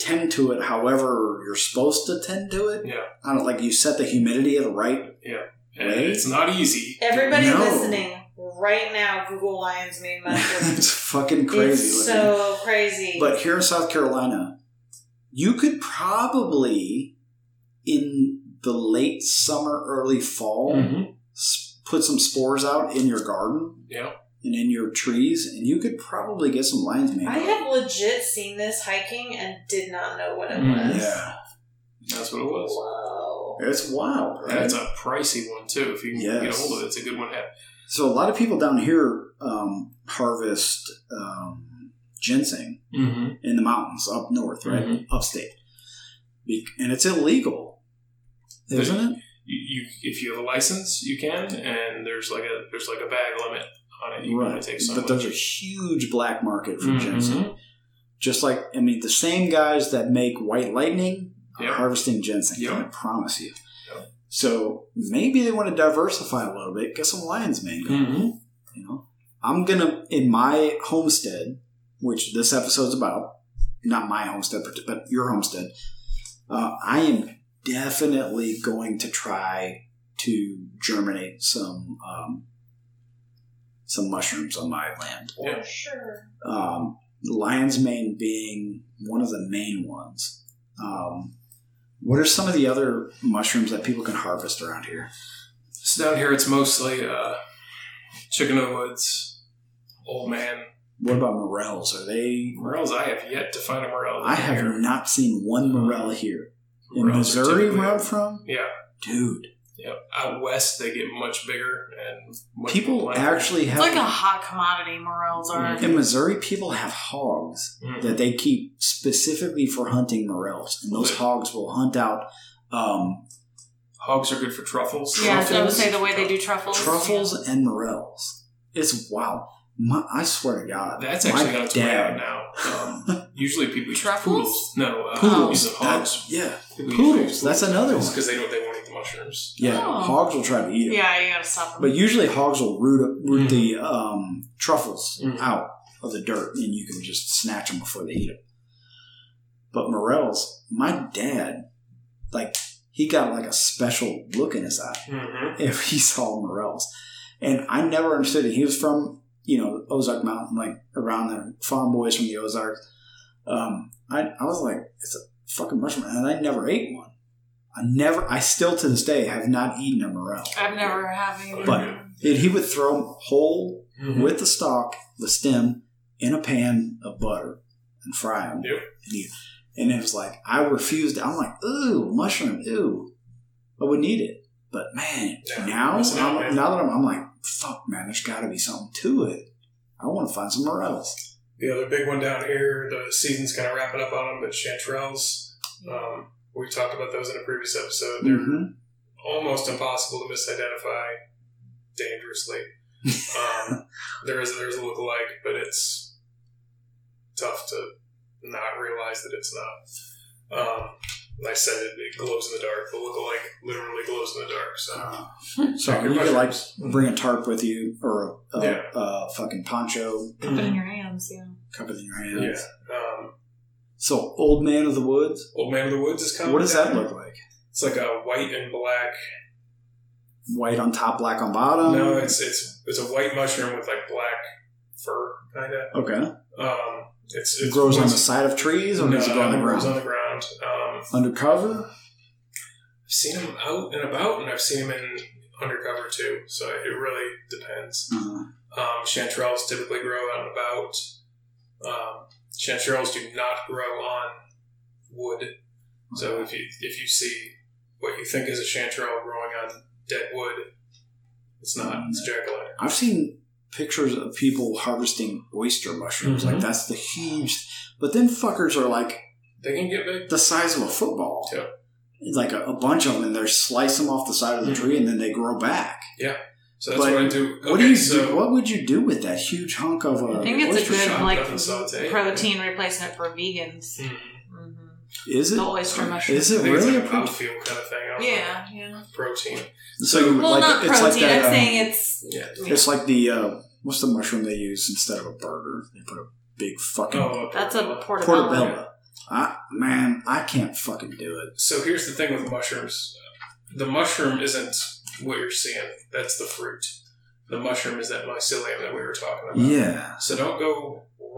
[SPEAKER 1] tend to it however you're supposed to tend to it.
[SPEAKER 2] Yeah.
[SPEAKER 1] I don't like you set the humidity at the right.
[SPEAKER 2] And it's not easy.
[SPEAKER 3] Everybody
[SPEAKER 1] No.
[SPEAKER 3] listening right now, Google Lions
[SPEAKER 4] *laughs*
[SPEAKER 3] Mane
[SPEAKER 1] *laughs*
[SPEAKER 3] Mushroom.
[SPEAKER 1] it's fucking crazy.
[SPEAKER 3] It's
[SPEAKER 1] looking.
[SPEAKER 3] so crazy.
[SPEAKER 1] But here in South Carolina, you could probably, in the late summer, early fall,
[SPEAKER 2] Mhm.
[SPEAKER 1] s- put some spores out in your garden
[SPEAKER 2] Yeah.
[SPEAKER 1] and in your trees, and you could probably get some lion's mane.
[SPEAKER 3] I have legit seen this hiking and did not know what it
[SPEAKER 2] Mm.
[SPEAKER 3] was.
[SPEAKER 1] Yeah,
[SPEAKER 2] That's what it was.
[SPEAKER 3] Whoa.
[SPEAKER 1] it's wild, right?
[SPEAKER 2] That's a pricey one too. If you can get a
[SPEAKER 1] Yes.
[SPEAKER 2] hold of it, it's a good one. to have.
[SPEAKER 1] So a lot of people down here um, harvest um, ginseng
[SPEAKER 2] Mm-hmm.
[SPEAKER 1] in the mountains up north, right,
[SPEAKER 2] Mhm.
[SPEAKER 1] upstate, Be- and it's illegal, isn't it?
[SPEAKER 2] You, you, if you have a license, you can, and there's like a there's like a bag limit on it. You can only
[SPEAKER 1] Right,
[SPEAKER 2] take so
[SPEAKER 1] but
[SPEAKER 2] much.
[SPEAKER 1] there's a huge black market for ginseng.
[SPEAKER 2] Mhm.
[SPEAKER 1] Just like I mean, the same guys that make white lightning
[SPEAKER 2] Yep.
[SPEAKER 1] are harvesting ginseng.
[SPEAKER 2] Yep.
[SPEAKER 1] I promise you.
[SPEAKER 2] Yep.
[SPEAKER 1] So maybe they want to diversify a little bit, get some lion's mane. going.
[SPEAKER 2] Mhm.
[SPEAKER 1] You know, I'm gonna in my homestead, which this episode's about, not my homestead, but- but your homestead. Uh, I am definitely going to try to germinate some um, some mushrooms on my land.
[SPEAKER 2] Yeah.
[SPEAKER 3] For sure.
[SPEAKER 1] Um, lion's mane being one of the main ones. Um, what are some of the other mushrooms that people can harvest around here?
[SPEAKER 2] So down here, it's mostly uh, chicken of the woods, old man
[SPEAKER 1] What about morels? Are they?
[SPEAKER 2] morels. I have yet to find a morel.
[SPEAKER 1] I have
[SPEAKER 2] here.
[SPEAKER 1] not seen one morel here. In
[SPEAKER 2] Morels are
[SPEAKER 1] Missouri,
[SPEAKER 2] typically-
[SPEAKER 1] where I'm from?
[SPEAKER 2] Yeah.
[SPEAKER 1] Dude,
[SPEAKER 2] Yep. Out west, they get much bigger and much
[SPEAKER 1] people
[SPEAKER 2] more plentiful.
[SPEAKER 1] actually
[SPEAKER 4] It's
[SPEAKER 1] have.
[SPEAKER 4] like a hot commodity, morels are.
[SPEAKER 1] in Missouri, people have hogs
[SPEAKER 2] Mhm.
[SPEAKER 1] that they keep specifically for hunting morels. And those
[SPEAKER 2] Okay.
[SPEAKER 1] hogs will hunt out um,
[SPEAKER 2] hogs are good for truffles.
[SPEAKER 4] Yeah, so I would
[SPEAKER 1] Truffles.
[SPEAKER 4] say the way they do truffles.
[SPEAKER 1] truffles and morels. It's wow. My, I swear to God.
[SPEAKER 2] That's
[SPEAKER 1] my
[SPEAKER 2] actually on its way out
[SPEAKER 1] dad, *laughs*
[SPEAKER 2] now. Um, usually people use
[SPEAKER 4] Truffles?
[SPEAKER 2] poodles. No, uh,
[SPEAKER 4] Oh.
[SPEAKER 1] Poodles.
[SPEAKER 2] Use the
[SPEAKER 1] that-
[SPEAKER 2] hogs.
[SPEAKER 1] yeah. Poodles, that's another one.
[SPEAKER 2] because they don't. They won't eat the mushrooms.
[SPEAKER 1] Yeah.
[SPEAKER 4] Oh.
[SPEAKER 1] Hogs will try to eat it.
[SPEAKER 4] Yeah, you gotta stop them.
[SPEAKER 1] But usually hogs will root, up- root the um, truffles
[SPEAKER 2] Mhm.
[SPEAKER 1] out of the dirt, and you can just snatch them before they eat them. But morels, my dad, like he got like a special look in his eye
[SPEAKER 2] Mm-hmm.
[SPEAKER 1] if he saw morels, and I never understood it. He was from you know Ozark Mountain, like around the farm boys from the Ozarks. Um, I I was like, it's a fucking mushroom, and I never ate one. I never, I still to this day have not eaten a morel.
[SPEAKER 3] Uh,
[SPEAKER 4] I've never having.
[SPEAKER 1] But- And he would throw 'em whole with the stalk, the stem, in a pan of butter and fry them.
[SPEAKER 2] Yep.
[SPEAKER 1] And, he- and it was like, I refused. I'm like, ooh, mushroom, ooh. I wouldn't eat it. But man,
[SPEAKER 2] Yeah,
[SPEAKER 1] now,
[SPEAKER 2] that's not
[SPEAKER 1] I'm-
[SPEAKER 2] bad.
[SPEAKER 1] now that I'm, I'm like, fuck, man, there's got to be something to it. I want to find somewhere else.
[SPEAKER 2] The other big one down here. The season's kind of wrapping up on them, but chanterelles. Um, we talked about those in a previous episode. They're
[SPEAKER 1] Mhm.
[SPEAKER 2] almost impossible to misidentify dangerously.
[SPEAKER 1] *laughs*
[SPEAKER 2] Um, there is there's a lookalike, but it's tough to not realize that it's not. Um, I said it, it glows in the dark. The lookalike literally glows in the dark. So
[SPEAKER 1] Uh, *laughs* so you could like bring a tarp with you or a, a,
[SPEAKER 2] Yeah.
[SPEAKER 1] a fucking poncho,
[SPEAKER 4] Put it in your hands, yeah.
[SPEAKER 1] cup it in your hands.
[SPEAKER 2] yeah. Um,
[SPEAKER 1] So, Old Man of the Woods,
[SPEAKER 2] Old Man of the Woods is coming.
[SPEAKER 1] what does that
[SPEAKER 2] down.
[SPEAKER 1] look like?
[SPEAKER 2] It's like a white and black.
[SPEAKER 1] white on top, black on bottom.
[SPEAKER 2] no, it's it's it's a white mushroom with like black fur, kind of.
[SPEAKER 1] okay.
[SPEAKER 2] Um, it's
[SPEAKER 1] It
[SPEAKER 2] it
[SPEAKER 1] grows on the side of trees, or
[SPEAKER 2] no,
[SPEAKER 1] does it go on the
[SPEAKER 2] it grows
[SPEAKER 1] ground?
[SPEAKER 2] on the ground. Um,
[SPEAKER 1] Undercover.
[SPEAKER 2] I've seen him out and about, and I've seen him in undercover too. So it really depends.
[SPEAKER 1] Uh,
[SPEAKER 2] Um, chanterelles typically grow out and about. Um, chanterelles do not grow on wood. So if you if you see what you think is a chanterelle growing on dead wood, it's not. It's
[SPEAKER 1] Mm.
[SPEAKER 2] jack o' lantern.
[SPEAKER 1] I've seen pictures of people harvesting oyster mushrooms. Like
[SPEAKER 2] Mhm.
[SPEAKER 1] that's the huge. But then fuckers are like
[SPEAKER 2] They can get big.
[SPEAKER 1] the size of a football.
[SPEAKER 2] Yeah.
[SPEAKER 1] It's Like a, a bunch of them, and they slice them off the side of the
[SPEAKER 2] Mhm.
[SPEAKER 1] tree, and then they grow back.
[SPEAKER 2] So that's
[SPEAKER 1] But
[SPEAKER 2] what I do.
[SPEAKER 1] what
[SPEAKER 2] Okay,
[SPEAKER 1] do you
[SPEAKER 2] so
[SPEAKER 1] do? What would you do with that huge hunk of a?
[SPEAKER 4] I think it's a
[SPEAKER 1] oyster
[SPEAKER 4] good
[SPEAKER 1] shell?
[SPEAKER 4] like
[SPEAKER 2] doesn't saute.
[SPEAKER 4] protein replacement for vegans.
[SPEAKER 2] Mhm.
[SPEAKER 4] hmm
[SPEAKER 1] Is it?
[SPEAKER 4] The oyster mushroom.
[SPEAKER 1] Is
[SPEAKER 2] I
[SPEAKER 1] it
[SPEAKER 2] think
[SPEAKER 1] really a
[SPEAKER 2] it's like
[SPEAKER 1] protein?
[SPEAKER 2] outfield kind of thing. I don't
[SPEAKER 4] Yeah, yeah.
[SPEAKER 2] know. protein.
[SPEAKER 1] So you would
[SPEAKER 4] Well,
[SPEAKER 1] like
[SPEAKER 4] not
[SPEAKER 1] it's
[SPEAKER 4] protein.
[SPEAKER 1] like that,
[SPEAKER 4] I'm
[SPEAKER 1] um,
[SPEAKER 4] saying it's.
[SPEAKER 2] Yeah.
[SPEAKER 1] It's like the uh, what's the mushroom they use instead of a burger? They put a big fucking
[SPEAKER 2] Oh,
[SPEAKER 4] That's a portobello.
[SPEAKER 1] portobello. I, man, I can't fucking do it.
[SPEAKER 2] So here's the thing with mushrooms. The mushroom isn't what you're seeing. That's the fruit. The mushroom is that mycelium that we were talking about.
[SPEAKER 1] Yeah,
[SPEAKER 2] So don't go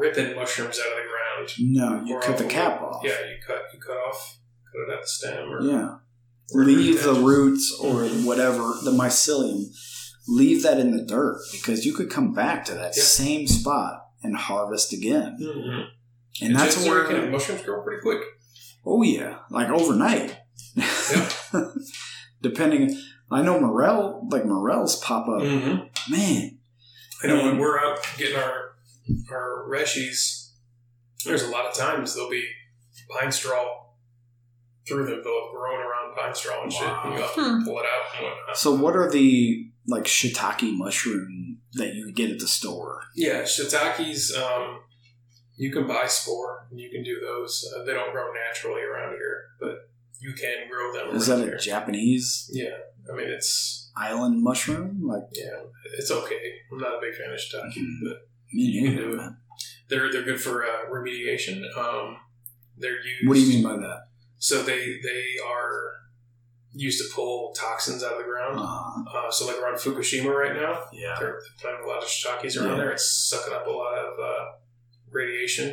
[SPEAKER 2] ripping mushrooms out of the ground.
[SPEAKER 1] no, you
[SPEAKER 2] Or
[SPEAKER 1] cut the
[SPEAKER 2] off-
[SPEAKER 1] cap off.
[SPEAKER 2] Yeah, you cut you cut off cut it at the stem or
[SPEAKER 1] yeah.
[SPEAKER 2] or
[SPEAKER 1] Leave the
[SPEAKER 2] edges.
[SPEAKER 1] roots or whatever the mycelium. Leave that in the dirt because you could come back to that
[SPEAKER 2] Yeah.
[SPEAKER 1] same spot and harvest again.
[SPEAKER 2] Mhm.
[SPEAKER 1] And that's
[SPEAKER 2] chances are you can.
[SPEAKER 1] where,
[SPEAKER 2] mushrooms grow pretty quick.
[SPEAKER 1] oh yeah, like overnight.
[SPEAKER 2] Yeah.
[SPEAKER 1] *laughs* Depending, I know morel, like morels pop up
[SPEAKER 2] Mm-hmm.
[SPEAKER 1] man.
[SPEAKER 2] I know when we're out getting our our reshies, there's a lot of times there'll be pine straw through them. They'll have grown around pine straw and shit. And you have to
[SPEAKER 4] Hmm.
[SPEAKER 2] pull it out and whatnot.
[SPEAKER 1] So what are the like shiitake mushroom that you get at the store?
[SPEAKER 2] Yeah, shiitakes. Um, you can buy spore and you can do those. Uh, they don't grow naturally around here, but you can grow them.
[SPEAKER 1] Is
[SPEAKER 2] around
[SPEAKER 1] that a
[SPEAKER 2] here.
[SPEAKER 1] Japanese
[SPEAKER 2] Yeah, I mean it's
[SPEAKER 1] island mushroom? Like
[SPEAKER 2] yeah, it's okay. I'm not a big fan of shiitake,
[SPEAKER 1] Mhm.
[SPEAKER 2] but
[SPEAKER 1] me
[SPEAKER 2] You
[SPEAKER 1] neither,
[SPEAKER 2] do.
[SPEAKER 1] man.
[SPEAKER 2] they're they're good for uh, remediation. Um, they're used.
[SPEAKER 1] What do you mean by that?
[SPEAKER 2] So they they are used to pull toxins out of the ground.
[SPEAKER 1] Uh,
[SPEAKER 2] Uh, so like around Fukushima right now,
[SPEAKER 1] yeah.
[SPEAKER 2] they're planting a lot of shiitakes around
[SPEAKER 1] Yeah.
[SPEAKER 2] there. It's sucking up a lot of uh,
[SPEAKER 1] *laughs*
[SPEAKER 2] radiation,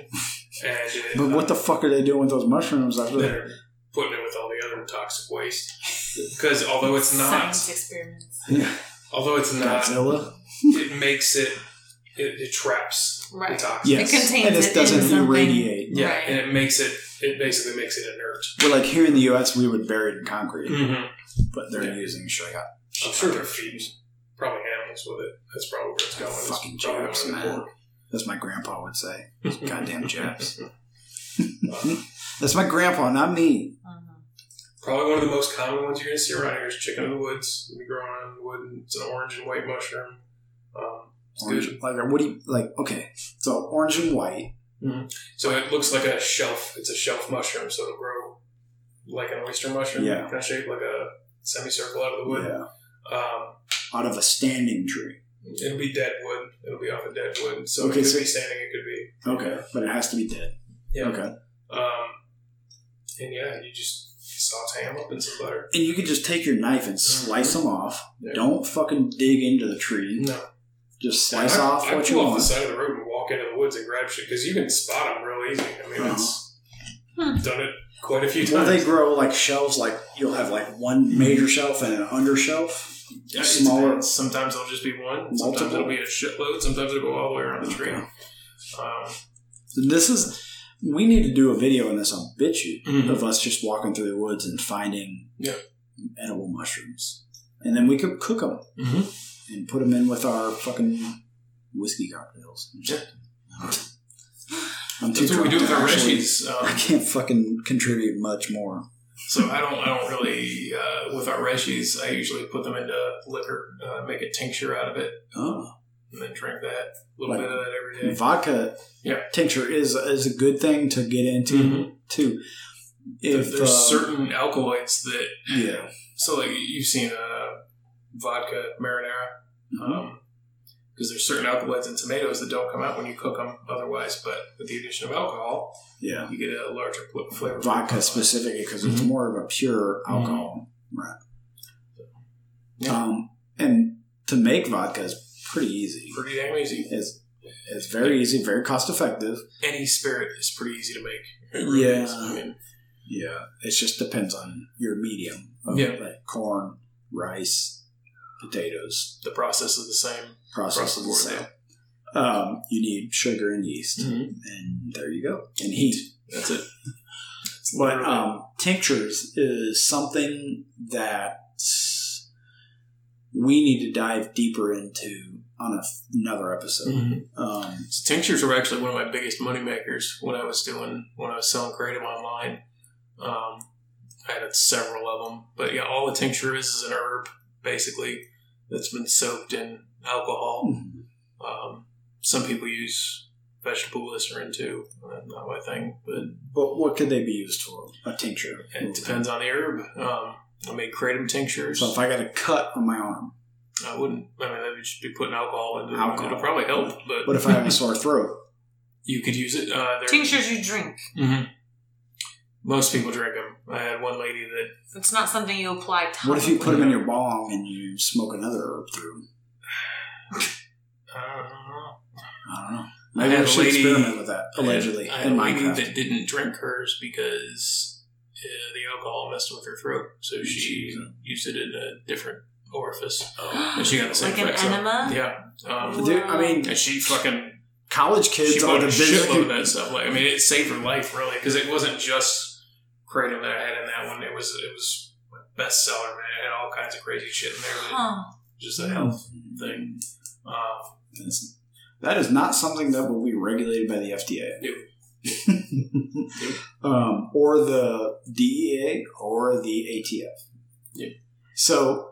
[SPEAKER 2] and it,
[SPEAKER 1] But what the fuck are they doing with those mushrooms?
[SPEAKER 2] uh,
[SPEAKER 1] After that?
[SPEAKER 2] *laughs* they're putting it with all the other toxic waste because although it's not,
[SPEAKER 4] Science experiments.
[SPEAKER 1] Yeah.
[SPEAKER 2] although it's not,
[SPEAKER 1] Godzilla.
[SPEAKER 2] it makes it it, it traps the
[SPEAKER 4] Right.
[SPEAKER 2] toxins.
[SPEAKER 1] Yes.
[SPEAKER 4] contains
[SPEAKER 1] and
[SPEAKER 4] it in
[SPEAKER 1] doesn't
[SPEAKER 4] something.
[SPEAKER 1] irradiate.
[SPEAKER 2] Yeah,
[SPEAKER 4] Right.
[SPEAKER 2] and it makes it it basically makes it inert.
[SPEAKER 1] Well, like here in the U.S., we would bury it in concrete,
[SPEAKER 2] Mm-hmm.
[SPEAKER 1] but they're
[SPEAKER 2] Yeah.
[SPEAKER 1] using shiitake.
[SPEAKER 2] I'm sure they're feeding probably animals with it. That's probably where it's going. It's
[SPEAKER 1] Fucking
[SPEAKER 2] probably
[SPEAKER 1] Japs,
[SPEAKER 2] going to
[SPEAKER 1] man.
[SPEAKER 2] pork.
[SPEAKER 1] As my grandpa would say.
[SPEAKER 2] Mm-hmm.
[SPEAKER 1] *laughs*
[SPEAKER 2] *laughs*
[SPEAKER 1] Goddamn Japs.
[SPEAKER 2] Uh,
[SPEAKER 1] That's my grandpa, not me.
[SPEAKER 4] Mhm.
[SPEAKER 2] *laughs* probably one of the most common ones you're going to see around here is chicken in the woods. We grow on the wood. and It's an orange and white mushroom. Um, it's
[SPEAKER 1] Orange,
[SPEAKER 2] good.
[SPEAKER 1] like, what do you like? Okay, so orange and white.
[SPEAKER 2] So it looks like a shelf. It's a shelf mushroom, so it'll grow like an oyster mushroom.
[SPEAKER 1] Yeah.
[SPEAKER 2] Kind of shaped like a semicircle out of the wood.
[SPEAKER 1] Yeah.
[SPEAKER 2] Um,
[SPEAKER 1] Out of a standing tree.
[SPEAKER 2] it'll be dead wood. It'll be off of dead wood. So
[SPEAKER 1] Okay,
[SPEAKER 2] it could
[SPEAKER 1] so-
[SPEAKER 2] be standing. It could be.
[SPEAKER 1] Okay, but it has to be dead.
[SPEAKER 2] Yeah.
[SPEAKER 1] Okay,
[SPEAKER 2] Um, and yeah, you just saute them up in some butter.
[SPEAKER 1] and you can just take your knife and slice them off.
[SPEAKER 2] Mm-hmm. Yeah.
[SPEAKER 1] Don't fucking dig into the tree.
[SPEAKER 2] No.
[SPEAKER 1] Just slice
[SPEAKER 2] I,
[SPEAKER 1] off
[SPEAKER 2] I
[SPEAKER 1] what
[SPEAKER 2] pull
[SPEAKER 1] you
[SPEAKER 2] off
[SPEAKER 1] want.
[SPEAKER 2] the side of the road and walk into the woods and grab shit because you can spot them real easy. I mean, it's
[SPEAKER 4] Uh-huh.
[SPEAKER 2] done it quite a few
[SPEAKER 1] Well,
[SPEAKER 2] times.
[SPEAKER 1] they grow like shelves. Like you'll have like one
[SPEAKER 2] Mm-hmm.
[SPEAKER 1] major shelf and an under shelf.
[SPEAKER 2] Yeah, it
[SPEAKER 1] smaller-
[SPEAKER 2] depends. Sometimes it'll just be one. Sometimes
[SPEAKER 1] Multiple.
[SPEAKER 2] it'll be a shitload. Sometimes it'll go all the way around the tree. Um,
[SPEAKER 1] This is. We need to do a video on this. I'll bet you
[SPEAKER 2] Mhm.
[SPEAKER 1] of us just walking through the woods and finding
[SPEAKER 2] Yeah.
[SPEAKER 1] edible mushrooms, and then we could cook them.
[SPEAKER 2] mm-hmm.
[SPEAKER 1] and put them in with our fucking whiskey cocktails. I'm too
[SPEAKER 2] That's what
[SPEAKER 1] drunk
[SPEAKER 2] we do
[SPEAKER 1] to
[SPEAKER 2] with our
[SPEAKER 1] actually-
[SPEAKER 2] reshies.
[SPEAKER 1] I
[SPEAKER 2] Um,
[SPEAKER 1] can't fucking contribute much more.
[SPEAKER 2] so I don't, I don't really uh, with our reshies. I usually put them into liquor, uh, make a tincture out of it,
[SPEAKER 1] Oh,
[SPEAKER 2] and then drink that. A little
[SPEAKER 1] Like-
[SPEAKER 2] bit of that every day.
[SPEAKER 1] vodka
[SPEAKER 2] Yeah.
[SPEAKER 1] tincture is is a good thing to get into
[SPEAKER 2] Mhm.
[SPEAKER 1] too.
[SPEAKER 2] There-
[SPEAKER 1] Mm-hmm. If
[SPEAKER 2] There's
[SPEAKER 1] uh,
[SPEAKER 2] certain alkaloids that
[SPEAKER 1] yeah,
[SPEAKER 2] So, like, you've seen uh, vodka marinara
[SPEAKER 1] Mm-hmm.
[SPEAKER 2] because there's certain alkaloids in tomatoes that don't come out when you cook them otherwise, but with the addition of alcohol,
[SPEAKER 1] yeah,
[SPEAKER 2] you get a larger pl- flavor.
[SPEAKER 1] vodka specifically because it's
[SPEAKER 2] Mhm.
[SPEAKER 1] more of a pure alcohol, right?
[SPEAKER 2] Mm-hmm. Yeah.
[SPEAKER 1] Um, and to make vodka is pretty easy.
[SPEAKER 2] Pretty damn easy.
[SPEAKER 1] It's it's very easy, very cost effective.
[SPEAKER 2] Any spirit is pretty easy to make. It really
[SPEAKER 1] Yeah.
[SPEAKER 2] is. I mean,
[SPEAKER 1] Yeah, it just depends on your medium. Of
[SPEAKER 2] Yeah.
[SPEAKER 1] like corn, rice, potatoes.
[SPEAKER 2] the process is the same.
[SPEAKER 1] Process
[SPEAKER 2] Across the
[SPEAKER 1] the
[SPEAKER 2] board,
[SPEAKER 1] same. Um, you need sugar and yeast, and there you go. And heat.
[SPEAKER 2] That's it. It's
[SPEAKER 1] But
[SPEAKER 2] literally-
[SPEAKER 1] um, tinctures is something that we need to dive deeper into on a, another episode.
[SPEAKER 2] Mhm.
[SPEAKER 1] Um,
[SPEAKER 2] So tinctures were actually one of my biggest money makers when I was doing when I was selling creative online. Um, I had several of them, but yeah, all a tincture is is an herb basically that's been soaked in alcohol.
[SPEAKER 1] Hmm.
[SPEAKER 2] Um, some people use vegetable glycerin too. Uh, Not my thing, but
[SPEAKER 1] but what could they be used for? A tincture.
[SPEAKER 2] it depends on the herb. Um, I made kratom tinctures.
[SPEAKER 1] So if I got a cut on my arm,
[SPEAKER 2] I wouldn't. I mean, that would just be putting alcohol into
[SPEAKER 1] Alcohol.
[SPEAKER 2] it. It'll probably help, but
[SPEAKER 1] what if I have a sore throat?
[SPEAKER 2] you could use it. Uh, there-
[SPEAKER 4] Tinctures you drink.
[SPEAKER 2] Mhm. Most people drink them. I had one lady that
[SPEAKER 4] It's not something you apply. Topically.
[SPEAKER 1] What if you put them in your bong and you smoke another herb through 'em?
[SPEAKER 2] I don't know.
[SPEAKER 1] I don't know.
[SPEAKER 2] I
[SPEAKER 1] Maybe I,
[SPEAKER 2] had a
[SPEAKER 1] should
[SPEAKER 2] lady-
[SPEAKER 1] experiment with that allegedly
[SPEAKER 2] I had
[SPEAKER 1] in
[SPEAKER 2] a lady
[SPEAKER 1] Minecraft.
[SPEAKER 2] that didn't drink hers because uh, the alcohol messed with her throat, so she used it in a different
[SPEAKER 4] *gasps*
[SPEAKER 2] orifice, and she got the same
[SPEAKER 4] Like an
[SPEAKER 2] effects. so-
[SPEAKER 4] enema?
[SPEAKER 2] Yeah, um,
[SPEAKER 1] Dude, I mean,
[SPEAKER 2] and she fucking
[SPEAKER 1] college kids
[SPEAKER 2] she
[SPEAKER 1] are
[SPEAKER 2] bought
[SPEAKER 1] the
[SPEAKER 2] a shitload of
[SPEAKER 1] biggest.
[SPEAKER 2] that stuff. Like, I mean, it saved her life really because it wasn't just kratom that I had in that one. It was it was my bestseller, man. It had all kinds of crazy shit in there.
[SPEAKER 4] *gasps*
[SPEAKER 2] that-
[SPEAKER 4] Huh.
[SPEAKER 2] Just a health thing. Um,
[SPEAKER 1] That's- that is not something that will be regulated by the FDA. *laughs* um, or the DEA or the ATF.
[SPEAKER 2] Yep.
[SPEAKER 1] So,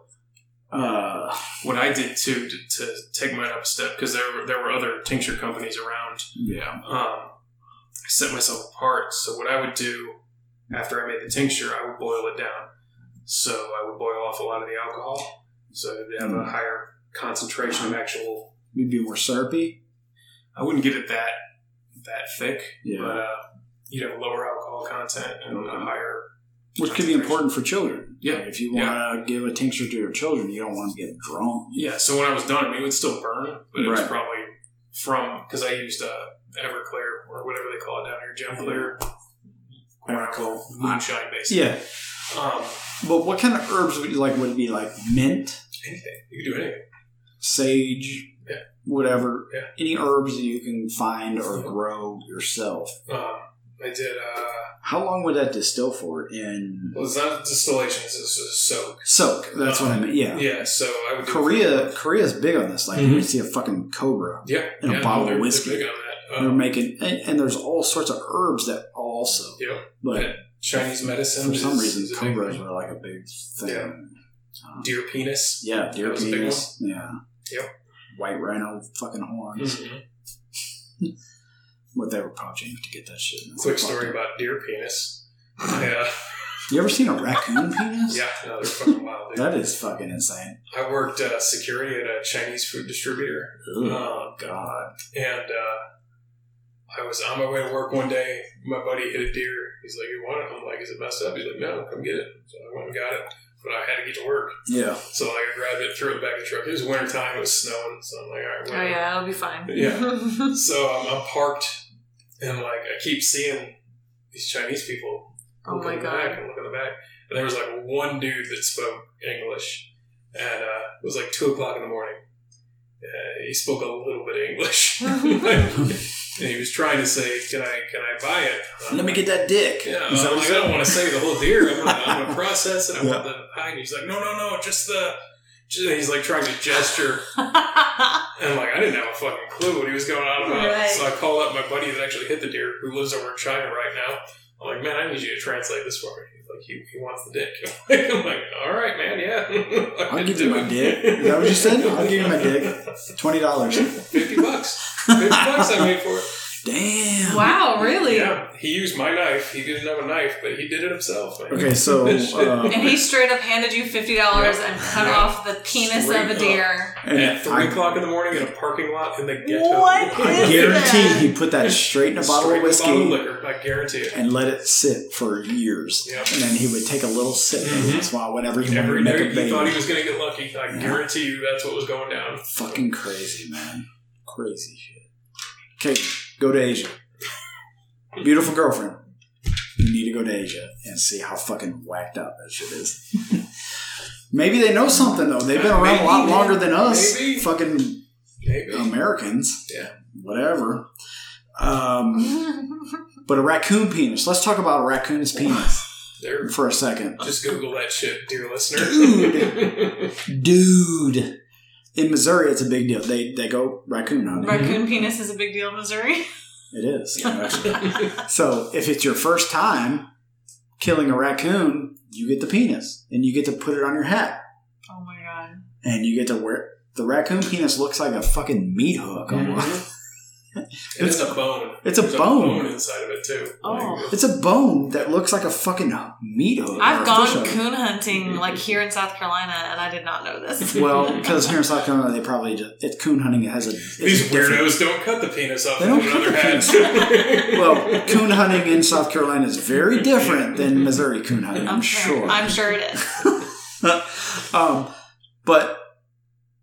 [SPEAKER 1] uh,
[SPEAKER 2] what I did too to, to take mine up a step because there were, there were other tincture companies around.
[SPEAKER 1] yeah.
[SPEAKER 2] Um, I set myself apart. So what I would do after I made the tincture, I would boil it down. So I would boil off a lot of the alcohol, so they have a
[SPEAKER 1] Hmm.
[SPEAKER 2] higher concentration of actual.
[SPEAKER 1] Maybe more syrupy.
[SPEAKER 2] I wouldn't get it that that thick,
[SPEAKER 1] Yeah.
[SPEAKER 2] but uh, you'd have lower alcohol content and a higher.
[SPEAKER 1] Which could be important for children.
[SPEAKER 2] Yeah.
[SPEAKER 1] Like, if you want to give a tincture to your children, you don't want to get drunk.
[SPEAKER 2] Yeah, so when I was done, I mean, it would still burn, but it was
[SPEAKER 1] Right.
[SPEAKER 2] probably from because I used uh, Everclear or whatever they call it down here, Gemclear,
[SPEAKER 1] Everclear.
[SPEAKER 2] moonshine basically.
[SPEAKER 1] Yeah.
[SPEAKER 2] Um,
[SPEAKER 1] But what kind of herbs would you like? Would it be like mint,
[SPEAKER 2] anything you could do anything.
[SPEAKER 1] sage,
[SPEAKER 2] Yeah.
[SPEAKER 1] whatever?
[SPEAKER 2] Yeah.
[SPEAKER 1] Any herbs that you can find or
[SPEAKER 2] Yeah.
[SPEAKER 1] grow yourself.
[SPEAKER 2] Um, I did. Uh,
[SPEAKER 1] How long would that distill for? In
[SPEAKER 2] well, it's not distillation; it's just a soak.
[SPEAKER 1] soak. That's what I meant. Yeah.
[SPEAKER 2] Yeah, so I would. do-
[SPEAKER 1] Korea Korea's big on this. Like
[SPEAKER 2] Mhm.
[SPEAKER 1] you can see a fucking cobra.
[SPEAKER 2] Yeah,
[SPEAKER 1] and a
[SPEAKER 2] yeah,
[SPEAKER 1] bottle of
[SPEAKER 2] they're- they're
[SPEAKER 1] whiskey.
[SPEAKER 2] big on that.
[SPEAKER 1] They're
[SPEAKER 2] Um,
[SPEAKER 1] making and, and there's all sorts of herbs that also.
[SPEAKER 2] Yeah.
[SPEAKER 1] But
[SPEAKER 2] Yeah, Chinese medicine
[SPEAKER 1] for some
[SPEAKER 2] is-
[SPEAKER 1] reason
[SPEAKER 2] is a big
[SPEAKER 1] cobras
[SPEAKER 2] one.
[SPEAKER 1] were like a big thing.
[SPEAKER 2] Yeah.
[SPEAKER 1] Um,
[SPEAKER 2] deer penis.
[SPEAKER 1] yeah, deer
[SPEAKER 2] That was a big
[SPEAKER 1] penis. Yeah.
[SPEAKER 2] Yep.
[SPEAKER 1] White rhino fucking horns.
[SPEAKER 2] Mhm.
[SPEAKER 1] What they were poaching to get that shit.
[SPEAKER 2] Mm-hmm. Quick story about deer
[SPEAKER 1] *laughs*
[SPEAKER 2] penis. Yeah,
[SPEAKER 1] You ever seen a
[SPEAKER 2] *laughs*
[SPEAKER 1] raccoon penis?
[SPEAKER 2] yeah, no, they're fucking wild. dude.
[SPEAKER 1] That is fucking insane.
[SPEAKER 2] I worked uh, security at a Chinese food distributor,
[SPEAKER 1] Ugh,
[SPEAKER 2] um,
[SPEAKER 1] Mm. God.
[SPEAKER 2] and uh, I was on my way to work one day. My buddy hit a deer. He's like, "You want it?" I'm like, "Is it messed up?" He's like, "No, come get it." So I went and got it, but I had to get to work,
[SPEAKER 1] Yeah.
[SPEAKER 2] so like, I grabbed it, threw it back in the truck. It was winter time; it was snowing, so I'm like, "All right,
[SPEAKER 4] Oh
[SPEAKER 2] whatever."
[SPEAKER 4] yeah, that'll be fine. *laughs*
[SPEAKER 3] Oh,
[SPEAKER 4] Oh
[SPEAKER 2] Yeah. So I'm, I'm parked, and like I keep seeing these Chinese people.
[SPEAKER 4] Oh
[SPEAKER 2] look
[SPEAKER 4] my
[SPEAKER 2] in the
[SPEAKER 4] God.
[SPEAKER 2] Back and look in the back, and there was like one dude that spoke English, and uh, it was like two o'clock in the morning. Uh, he spoke a little bit
[SPEAKER 1] *laughs*
[SPEAKER 2] of English, *laughs* and he was trying to say, "Can I can I buy it?" I'm
[SPEAKER 1] Let me
[SPEAKER 2] like,
[SPEAKER 1] get that dick.
[SPEAKER 2] Yeah,
[SPEAKER 1] Is that what
[SPEAKER 2] I'm like,
[SPEAKER 1] you
[SPEAKER 2] I don't
[SPEAKER 1] said?
[SPEAKER 2] want to say the whole deer. I'm gonna,
[SPEAKER 1] *laughs*
[SPEAKER 2] I'm gonna process it. I
[SPEAKER 1] Yeah.
[SPEAKER 2] want the hide. He's like, no, no, no, just the. Just, he's like trying to gesture and like I didn't have a fucking clue what he was going on about.
[SPEAKER 3] Right.
[SPEAKER 2] So I call up my buddy that actually hit the deer, who lives over in China right now. I'm like, man, I need you to translate this for me. He's like, he, he wants the dick. *laughs* I'm like, all right, man, yeah. *laughs*
[SPEAKER 1] I'll
[SPEAKER 2] can
[SPEAKER 1] give you
[SPEAKER 2] do
[SPEAKER 1] my
[SPEAKER 2] it."
[SPEAKER 1] dick. Is that what you
[SPEAKER 2] *laughs*
[SPEAKER 1] said? I'll give you my dick. Twenty dollars.
[SPEAKER 2] Fifty bucks. Fifty bucks I made for
[SPEAKER 3] *laughs*
[SPEAKER 2] it.
[SPEAKER 4] *laughs*
[SPEAKER 1] Damn.
[SPEAKER 4] wow, really?
[SPEAKER 2] Yeah, he used my knife. He didn't have a knife, but he did it himself. Man.
[SPEAKER 1] Okay,
[SPEAKER 2] *laughs*
[SPEAKER 1] so uh,
[SPEAKER 4] And he straight up handed you fifty dollars
[SPEAKER 2] Yeah.
[SPEAKER 4] and cut
[SPEAKER 2] Yeah.
[SPEAKER 4] off the penis
[SPEAKER 2] Straight
[SPEAKER 4] of
[SPEAKER 2] up.
[SPEAKER 4] a deer.
[SPEAKER 2] At three
[SPEAKER 1] I-
[SPEAKER 2] o'clock in the morning in a parking lot in the ghetto. *laughs*
[SPEAKER 3] What
[SPEAKER 1] I
[SPEAKER 3] is
[SPEAKER 1] guarantee he put that straight in a bottle
[SPEAKER 2] Straight
[SPEAKER 1] of
[SPEAKER 2] in a bottle of
[SPEAKER 1] whiskey
[SPEAKER 2] liquor. I guarantee it.
[SPEAKER 1] and let it sit for years.
[SPEAKER 2] Yeah.
[SPEAKER 1] And then he would take a little sip every
[SPEAKER 2] Mhm.
[SPEAKER 1] once in a while, whenever he wanted to
[SPEAKER 2] Every
[SPEAKER 1] make
[SPEAKER 2] day
[SPEAKER 1] a
[SPEAKER 2] he thought he
[SPEAKER 1] baby.
[SPEAKER 2] was going to get lucky. I
[SPEAKER 1] Yeah.
[SPEAKER 2] guarantee you that's what was going down.
[SPEAKER 1] Fucking crazy, man. Crazy shit. Okay, go to Asia. Beautiful girlfriend. You need to go to Asia and see how fucking whacked up that shit is. *laughs* Maybe they know something though. They've been around a lot
[SPEAKER 2] Maybe,
[SPEAKER 1] longer than us.
[SPEAKER 2] Maybe.
[SPEAKER 1] Fucking
[SPEAKER 2] Maybe.
[SPEAKER 1] Americans.
[SPEAKER 2] Yeah.
[SPEAKER 1] Whatever. Um,
[SPEAKER 4] *laughs*
[SPEAKER 1] but a raccoon penis. Let's talk about a raccoon's penis
[SPEAKER 2] There,
[SPEAKER 1] for a second.
[SPEAKER 2] just Google that shit, dear listener. *laughs*
[SPEAKER 1] Dude. Dude. In Missouri, it's a big deal. They they go raccoon hunting.
[SPEAKER 4] Raccoon penis is a big deal in
[SPEAKER 3] *laughs*
[SPEAKER 4] Missouri.
[SPEAKER 1] It is. actually. *laughs* so if it's your first time killing a raccoon, you get the penis and you get to put it on your hat
[SPEAKER 4] Oh my god.
[SPEAKER 1] and you get to wear the raccoon penis looks like a fucking meat hook. almost. *laughs*
[SPEAKER 4] Mm-hmm.
[SPEAKER 2] And it's a bone.
[SPEAKER 1] It's a
[SPEAKER 2] There's
[SPEAKER 1] bone.
[SPEAKER 2] inside of it too.
[SPEAKER 4] Oh.
[SPEAKER 1] It's a bone that looks like a fucking meat hook. or
[SPEAKER 4] I've
[SPEAKER 1] a fish
[SPEAKER 4] gone
[SPEAKER 1] hook.
[SPEAKER 4] coon hunting like here in South Carolina and I did not know this. *laughs*
[SPEAKER 1] Well, because here in South Carolina, they probably just it's coon hunting. It has a it's
[SPEAKER 2] These
[SPEAKER 1] different-
[SPEAKER 2] weirdos don't cut the penis off
[SPEAKER 1] They
[SPEAKER 2] of
[SPEAKER 1] don't cut
[SPEAKER 2] another
[SPEAKER 1] the
[SPEAKER 2] head.
[SPEAKER 1] penis.
[SPEAKER 2] *laughs*
[SPEAKER 1] Well, coon hunting in South Carolina is very different than Missouri coon hunting. *laughs* I'm
[SPEAKER 4] Okay.
[SPEAKER 1] sure.
[SPEAKER 4] I'm sure it is.
[SPEAKER 1] um, but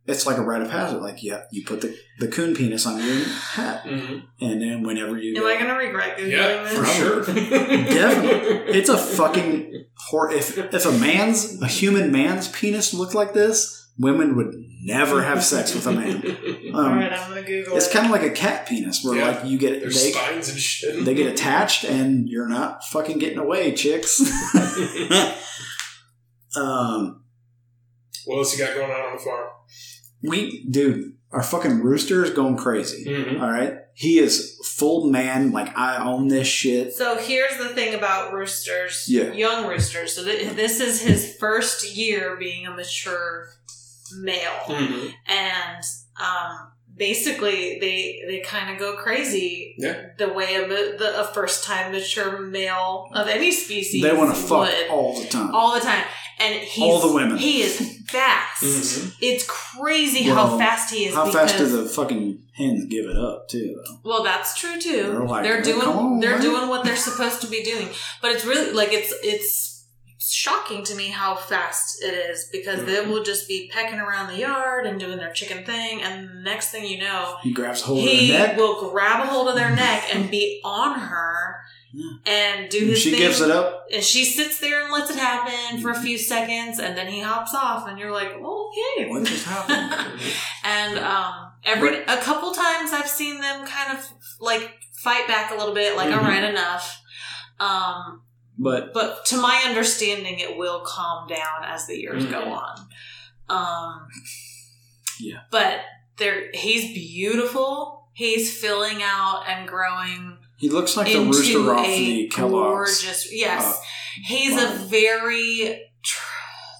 [SPEAKER 1] it's like a rite of passage. Like yeah, you put the, the coon penis on your hat,
[SPEAKER 2] Mhm.
[SPEAKER 1] and then whenever you,
[SPEAKER 4] Am I gonna regret Googling
[SPEAKER 2] Yeah,
[SPEAKER 1] *laughs*
[SPEAKER 4] this?
[SPEAKER 2] for sure.
[SPEAKER 1] Definitely. it's a fucking hor- if if a man's a human man's penis looked like this, women would never have sex with a man. Um,
[SPEAKER 3] Alright, I'm gonna Google
[SPEAKER 1] It's
[SPEAKER 3] it.
[SPEAKER 1] kind of like a cat penis, where
[SPEAKER 2] Yeah.
[SPEAKER 1] like you get
[SPEAKER 2] *laughs* There's
[SPEAKER 1] they
[SPEAKER 2] spines and shit.
[SPEAKER 1] they get attached, and you're not fucking getting away, chicks. um,
[SPEAKER 2] what else you got going on on the farm?
[SPEAKER 1] we, dude, Our fucking rooster is going crazy.
[SPEAKER 2] Mhm.
[SPEAKER 1] All right. He is full man, like, I own this shit.
[SPEAKER 3] So here's the thing about roosters,
[SPEAKER 1] Yeah.
[SPEAKER 3] young roosters. So th- this is his first year being a mature male,
[SPEAKER 2] Mhm.
[SPEAKER 3] and um, basically they they kind of go crazy
[SPEAKER 2] Yeah.
[SPEAKER 3] the way a, ma- the, a first time mature male of any species
[SPEAKER 1] They want to fuck
[SPEAKER 3] would.
[SPEAKER 1] all the time.
[SPEAKER 3] all the time, and he's,
[SPEAKER 1] All the women. Mm-hmm.
[SPEAKER 3] He is fast.
[SPEAKER 2] Mhm.
[SPEAKER 3] It's crazy
[SPEAKER 1] Well,
[SPEAKER 3] how fast he is.
[SPEAKER 1] How
[SPEAKER 3] because,
[SPEAKER 1] fast do the fucking hens give it up, too, though?
[SPEAKER 3] Well, that's true too.
[SPEAKER 1] They're
[SPEAKER 3] They're,
[SPEAKER 1] like, "Hey,
[SPEAKER 3] doing
[SPEAKER 1] come on,
[SPEAKER 3] they're
[SPEAKER 1] man."
[SPEAKER 3] doing what they're supposed to be doing. But it's really like it's it's shocking to me how fast it is because they
[SPEAKER 2] Mhm.
[SPEAKER 3] will just be pecking around the yard and doing their chicken thing and the next thing you know,
[SPEAKER 1] He grabs hold
[SPEAKER 3] he
[SPEAKER 1] of her neck.
[SPEAKER 3] will grab a hold of
[SPEAKER 1] *laughs*
[SPEAKER 3] their neck and be on her
[SPEAKER 1] Yeah.
[SPEAKER 3] and do
[SPEAKER 1] and
[SPEAKER 3] his
[SPEAKER 1] she
[SPEAKER 3] thing
[SPEAKER 1] gives it up.
[SPEAKER 3] and she sits there and lets it happen
[SPEAKER 1] Mm-hmm.
[SPEAKER 3] for a few seconds and then he hops off and you're like, okay.
[SPEAKER 1] What just happened?
[SPEAKER 2] Mm-hmm.
[SPEAKER 3] And um, every a couple times I've seen them kind of like fight back a little bit, like
[SPEAKER 1] Mm-hmm.
[SPEAKER 2] Mhm.
[SPEAKER 3] all right, enough. Um,
[SPEAKER 1] but
[SPEAKER 3] but to my understanding, it will calm down as the
[SPEAKER 1] Mm-hmm.
[SPEAKER 3] years go
[SPEAKER 2] Mhm.
[SPEAKER 3] on. Um,
[SPEAKER 1] Yeah.
[SPEAKER 3] But there, he's beautiful. He's filling out and growing
[SPEAKER 1] he looks like the
[SPEAKER 3] into
[SPEAKER 1] rooster off
[SPEAKER 3] a
[SPEAKER 1] the Kellogg's.
[SPEAKER 3] gorgeous. Yes,
[SPEAKER 1] uh,
[SPEAKER 3] He's a
[SPEAKER 1] Wow.
[SPEAKER 3] very tr-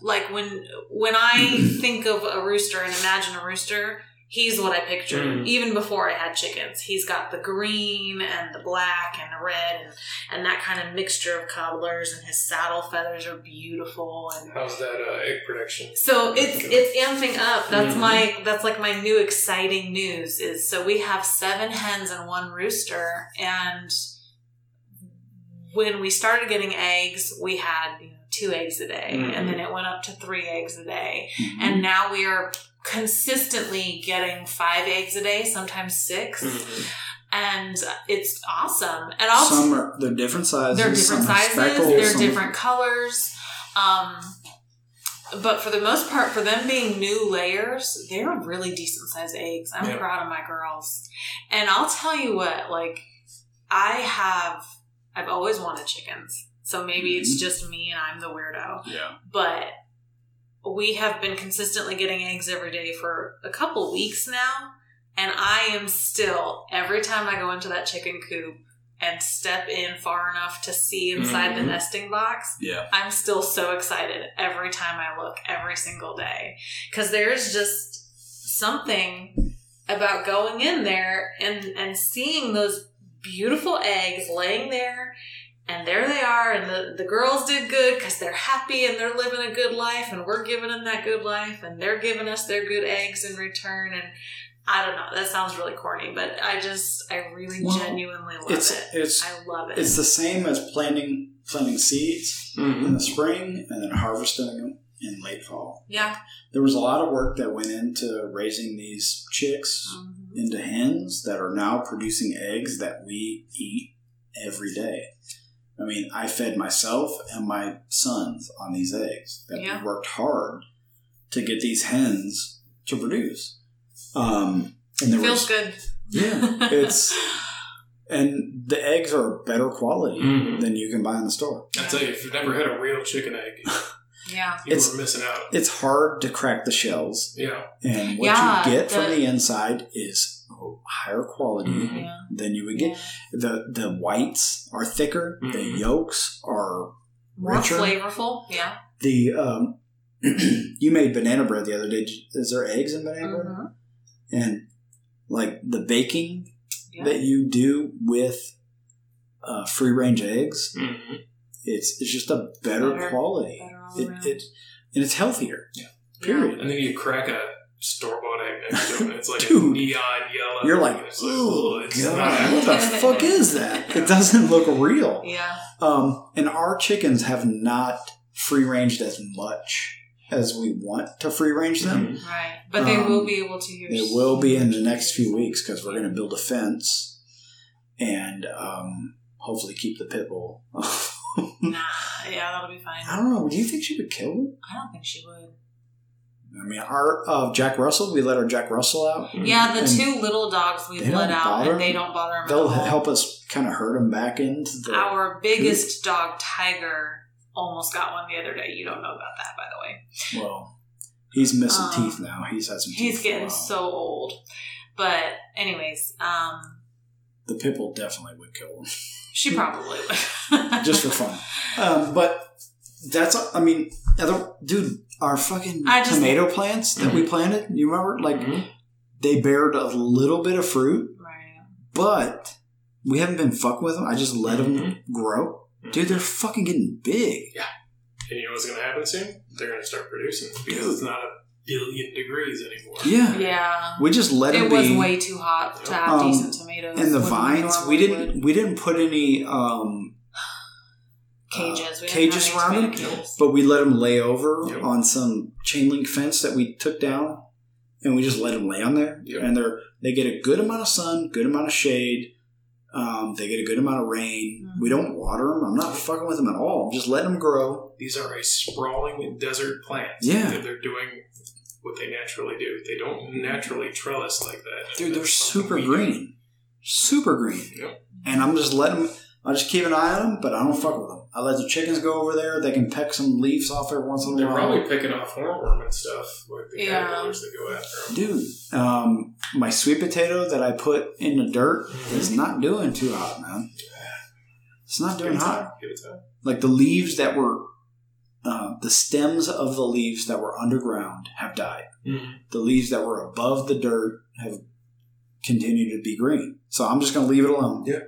[SPEAKER 3] like when when
[SPEAKER 1] *clears throat*
[SPEAKER 3] I think of a rooster and imagine a rooster, he's what I picture.
[SPEAKER 2] Mm.
[SPEAKER 3] Even before I had chickens, he's got the green and the black and the red and, and that kind of mixture of cobblers. And his saddle feathers are beautiful. And
[SPEAKER 2] How's that uh, egg production?
[SPEAKER 3] so it's it's amping up. That's
[SPEAKER 2] Mhm.
[SPEAKER 3] my that's like my new exciting news is so we have seven hens and one rooster and when we started getting eggs, we had you know, two eggs a day
[SPEAKER 2] Mhm.
[SPEAKER 3] and then it went up to three eggs a day.
[SPEAKER 1] Mhm.
[SPEAKER 3] And now we are consistently getting five eggs a day, sometimes 6
[SPEAKER 1] Mm-hmm.
[SPEAKER 2] Mhm.
[SPEAKER 3] And it's awesome. And also
[SPEAKER 1] some are they're different sizes.
[SPEAKER 3] they're different
[SPEAKER 1] some are
[SPEAKER 3] sizes.
[SPEAKER 1] speckled,
[SPEAKER 3] they're
[SPEAKER 1] some-
[SPEAKER 3] different colors. Um, but for the most part, for them being new layers, they're really decent sized eggs. I'm
[SPEAKER 2] Yeah.
[SPEAKER 3] proud of my girls. And I'll tell you what, like I have, I've always wanted chickens. So maybe it's just me and I'm the weirdo.
[SPEAKER 1] Mm-hmm. Yeah.
[SPEAKER 3] But we have been consistently getting eggs every day for a couple weeks now. And I am still, every time I go into that chicken coop and step in far enough to see inside the
[SPEAKER 2] Mhm.
[SPEAKER 3] nesting box,
[SPEAKER 1] Yeah.
[SPEAKER 3] I'm still so excited every time I look, every single day. Because there's just something about going in there and, and seeing those beautiful eggs laying there and there they are and the, the girls did good because they're happy and they're living a good life and we're giving them that good life and they're giving us their good eggs in return and i don't know that sounds really corny but i just i really
[SPEAKER 1] Well,
[SPEAKER 3] genuinely love
[SPEAKER 1] It's
[SPEAKER 3] it
[SPEAKER 1] it's
[SPEAKER 3] i love it
[SPEAKER 1] it's the same as planting planting seeds in
[SPEAKER 3] Mm-hmm.
[SPEAKER 2] Mhm.
[SPEAKER 1] the spring and then harvesting them in late fall.
[SPEAKER 3] yeah
[SPEAKER 1] There was a lot of work that went into raising these chicks
[SPEAKER 3] Mhm.
[SPEAKER 1] into hens that are now producing eggs that we eat every day. I mean, I fed myself and my sons on these eggs that
[SPEAKER 3] Yeah.
[SPEAKER 1] we worked hard to get these hens to produce. Um, and there
[SPEAKER 3] feels
[SPEAKER 1] was,
[SPEAKER 3] good
[SPEAKER 1] yeah,
[SPEAKER 3] *laughs*
[SPEAKER 1] it's and the eggs are better quality
[SPEAKER 2] Mhm.
[SPEAKER 1] than you can buy in the store.
[SPEAKER 2] I tell you, if you've never had a real chicken egg,
[SPEAKER 3] yeah
[SPEAKER 2] you
[SPEAKER 1] It's-
[SPEAKER 2] were missing out.
[SPEAKER 1] It's hard to crack the shells,
[SPEAKER 2] Yeah.
[SPEAKER 1] and what
[SPEAKER 3] Yeah,
[SPEAKER 1] you get from
[SPEAKER 3] the-
[SPEAKER 1] the inside is higher quality
[SPEAKER 2] Mhm.
[SPEAKER 3] yeah
[SPEAKER 1] than you would get. the the whites are thicker the
[SPEAKER 2] Mhm.
[SPEAKER 1] yolks are
[SPEAKER 3] more
[SPEAKER 1] Richer.
[SPEAKER 3] flavorful yeah
[SPEAKER 1] the um *clears throat* you made banana bread the other day Did- is there eggs in banana bread
[SPEAKER 3] Mhm.
[SPEAKER 1] and like the baking
[SPEAKER 3] Yeah.
[SPEAKER 1] that you do with uh, free range eggs
[SPEAKER 2] Mhm.
[SPEAKER 1] it's it's just a better,
[SPEAKER 3] Better.
[SPEAKER 1] quality
[SPEAKER 3] Better all
[SPEAKER 1] it,
[SPEAKER 3] around.
[SPEAKER 1] it and it's healthier
[SPEAKER 3] Yeah.
[SPEAKER 1] period
[SPEAKER 2] And then you crack a store bought egg next to it, and it's like a
[SPEAKER 1] *laughs* Dude.
[SPEAKER 2] neon yellow.
[SPEAKER 1] you're like
[SPEAKER 2] It's
[SPEAKER 1] oh
[SPEAKER 2] it's
[SPEAKER 1] god
[SPEAKER 2] not-
[SPEAKER 1] what the fuck is that
[SPEAKER 2] *laughs*
[SPEAKER 1] it doesn't look real
[SPEAKER 3] yeah
[SPEAKER 1] Um, and our chickens have not free ranged as much as we want to free range them.
[SPEAKER 2] Mhm.
[SPEAKER 3] right but they
[SPEAKER 1] Um,
[SPEAKER 3] will be able to
[SPEAKER 2] Mm-hmm.
[SPEAKER 3] use
[SPEAKER 1] They will be in the next few weeks because we're going to build a fence and um, hopefully keep the pit bull. *laughs* I
[SPEAKER 3] nah yeah that'll be fine i
[SPEAKER 1] don't know. Do you think she would kill him?
[SPEAKER 3] don't think she would
[SPEAKER 1] I mean, our uh, Jack Russell. We let our Jack Russell out.
[SPEAKER 3] Yeah, the
[SPEAKER 1] And
[SPEAKER 3] two little dogs we
[SPEAKER 1] they
[SPEAKER 3] let
[SPEAKER 1] don't
[SPEAKER 3] out,
[SPEAKER 1] bother
[SPEAKER 3] and they
[SPEAKER 1] them.
[SPEAKER 3] don't bother them.
[SPEAKER 1] They'll
[SPEAKER 3] at all.
[SPEAKER 1] help us kind of herd him back into the.
[SPEAKER 3] Our biggest dog, Tiger, almost got one the other day. You don't know about that, by the way.
[SPEAKER 1] well, He's missing
[SPEAKER 3] Um,
[SPEAKER 1] teeth now. He's had some.
[SPEAKER 3] He's
[SPEAKER 1] teeth for a
[SPEAKER 3] getting
[SPEAKER 1] while.
[SPEAKER 3] so old. But anyways, um,
[SPEAKER 1] The pitbull definitely would kill him
[SPEAKER 3] she probably
[SPEAKER 1] *laughs*
[SPEAKER 3] would.
[SPEAKER 1] just for
[SPEAKER 3] *laughs*
[SPEAKER 1] fun. Um, but that's. I mean, other dude, our fucking
[SPEAKER 3] I just-
[SPEAKER 1] tomato plants that we planted. You remember, Mm-hmm. like they bared a little bit of fruit,
[SPEAKER 3] right.
[SPEAKER 1] but we haven't been fucking with them. I just let them grow. Dude, they're fucking getting big.
[SPEAKER 2] And you know what's going to happen soon? They're going to start producing because it's not a billion degrees anymore.
[SPEAKER 1] Yeah.
[SPEAKER 3] Yeah.
[SPEAKER 1] We just let
[SPEAKER 3] It
[SPEAKER 1] them
[SPEAKER 3] was
[SPEAKER 1] be.
[SPEAKER 3] way too hot to have
[SPEAKER 1] Um,
[SPEAKER 3] decent tomatoes.
[SPEAKER 1] and the
[SPEAKER 3] Would we
[SPEAKER 1] vines,
[SPEAKER 3] normally
[SPEAKER 1] we didn't
[SPEAKER 3] would?
[SPEAKER 1] we didn't put any um,
[SPEAKER 3] cages. We didn't
[SPEAKER 1] cages
[SPEAKER 3] have any
[SPEAKER 1] around
[SPEAKER 3] tomato
[SPEAKER 1] them,
[SPEAKER 3] cages.
[SPEAKER 1] but we let them lay over
[SPEAKER 2] Yep.
[SPEAKER 1] on some chain link fence that we took down, and we just let them lay on there.
[SPEAKER 2] Yep.
[SPEAKER 1] And they're they get a good amount of sun, good amount of shade. Um, they get a good amount of rain.
[SPEAKER 3] Mhm.
[SPEAKER 1] We don't water them. I'm not fucking with them at all. I'm just letting them grow.
[SPEAKER 2] These are a sprawling desert plant.
[SPEAKER 1] Yeah.
[SPEAKER 2] They're- They're doing what they naturally do. They don't naturally trellis like that.
[SPEAKER 1] Dude, they're
[SPEAKER 2] That's
[SPEAKER 1] super
[SPEAKER 2] fucking weird.
[SPEAKER 1] green, super green.
[SPEAKER 2] Yep.
[SPEAKER 1] And I'm just letting them. I just keep an eye on them, but I don't fuck with them. I let the chickens go over there. They can peck some leaves off every once in a
[SPEAKER 2] They're
[SPEAKER 1] while.
[SPEAKER 2] probably picking off hornworm and stuff, like the
[SPEAKER 3] Yeah.
[SPEAKER 2] caterpillars that go after them.
[SPEAKER 1] Dude, um, my sweet potato that I put in the dirt is not doing too hot, man. It's not
[SPEAKER 2] Give
[SPEAKER 1] doing
[SPEAKER 2] it time.
[SPEAKER 1] hot.
[SPEAKER 2] Give it time.
[SPEAKER 1] Like the leaves that were, uh, the stems of the leaves that were underground have died. The leaves that were above the dirt have continued to be green. So I'm just going to leave it alone.
[SPEAKER 2] Yeah.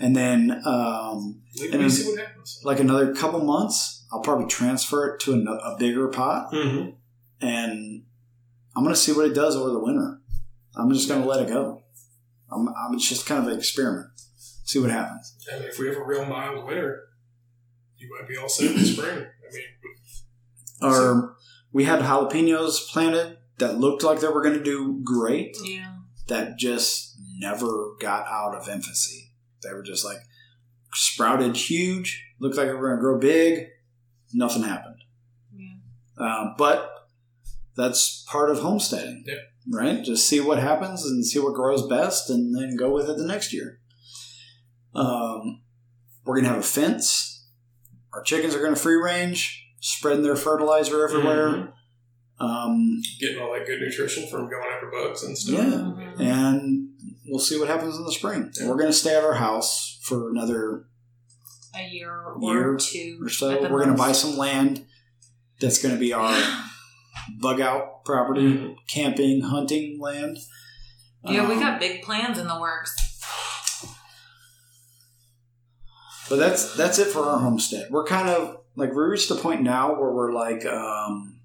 [SPEAKER 1] And then, um,
[SPEAKER 2] Leave
[SPEAKER 1] And
[SPEAKER 2] it
[SPEAKER 1] then-
[SPEAKER 2] see what happens.
[SPEAKER 1] like another couple months, I'll probably transfer it to ano- a bigger pot
[SPEAKER 2] Mm-hmm.
[SPEAKER 1] and I'm gonna see what it does over the winter. I'm just gonna let it go. I'm, I'm it's just kind of an experiment. See what happens.
[SPEAKER 2] I mean, if we have a real mild winter, you might be all set in the spring. I mean,
[SPEAKER 1] Or we had jalapenos planted that looked like they were gonna do great.
[SPEAKER 3] Yeah.
[SPEAKER 1] That just never got out of infancy. They were just like sprouted huge, looked like they were gonna grow big. Nothing happened.
[SPEAKER 3] Yeah.
[SPEAKER 1] Uh, but that's part of homesteading,
[SPEAKER 2] Yeah.
[SPEAKER 1] right? Just see what happens and see what grows best, and then go with it the next year. Um, we're gonna have a fence. Our chickens are gonna free range, spreading their fertilizer everywhere. Um,
[SPEAKER 2] getting all that good nutrition from going after bugs and stuff.
[SPEAKER 1] yeah,
[SPEAKER 3] Mhm.
[SPEAKER 1] and we'll see what happens in the spring. We're gonna stay at our house for another
[SPEAKER 3] A year or
[SPEAKER 1] Year
[SPEAKER 3] two.
[SPEAKER 1] or
[SPEAKER 3] at
[SPEAKER 1] so.
[SPEAKER 3] the
[SPEAKER 1] We're gonna buy
[SPEAKER 3] most.
[SPEAKER 1] some land that's gonna be our bug out property. camping, hunting land.
[SPEAKER 3] Yeah, we
[SPEAKER 1] Um,
[SPEAKER 3] got big plans in the works.
[SPEAKER 1] But that's that's it for our homestead. We're kind of like we reached the point now where we're like, um,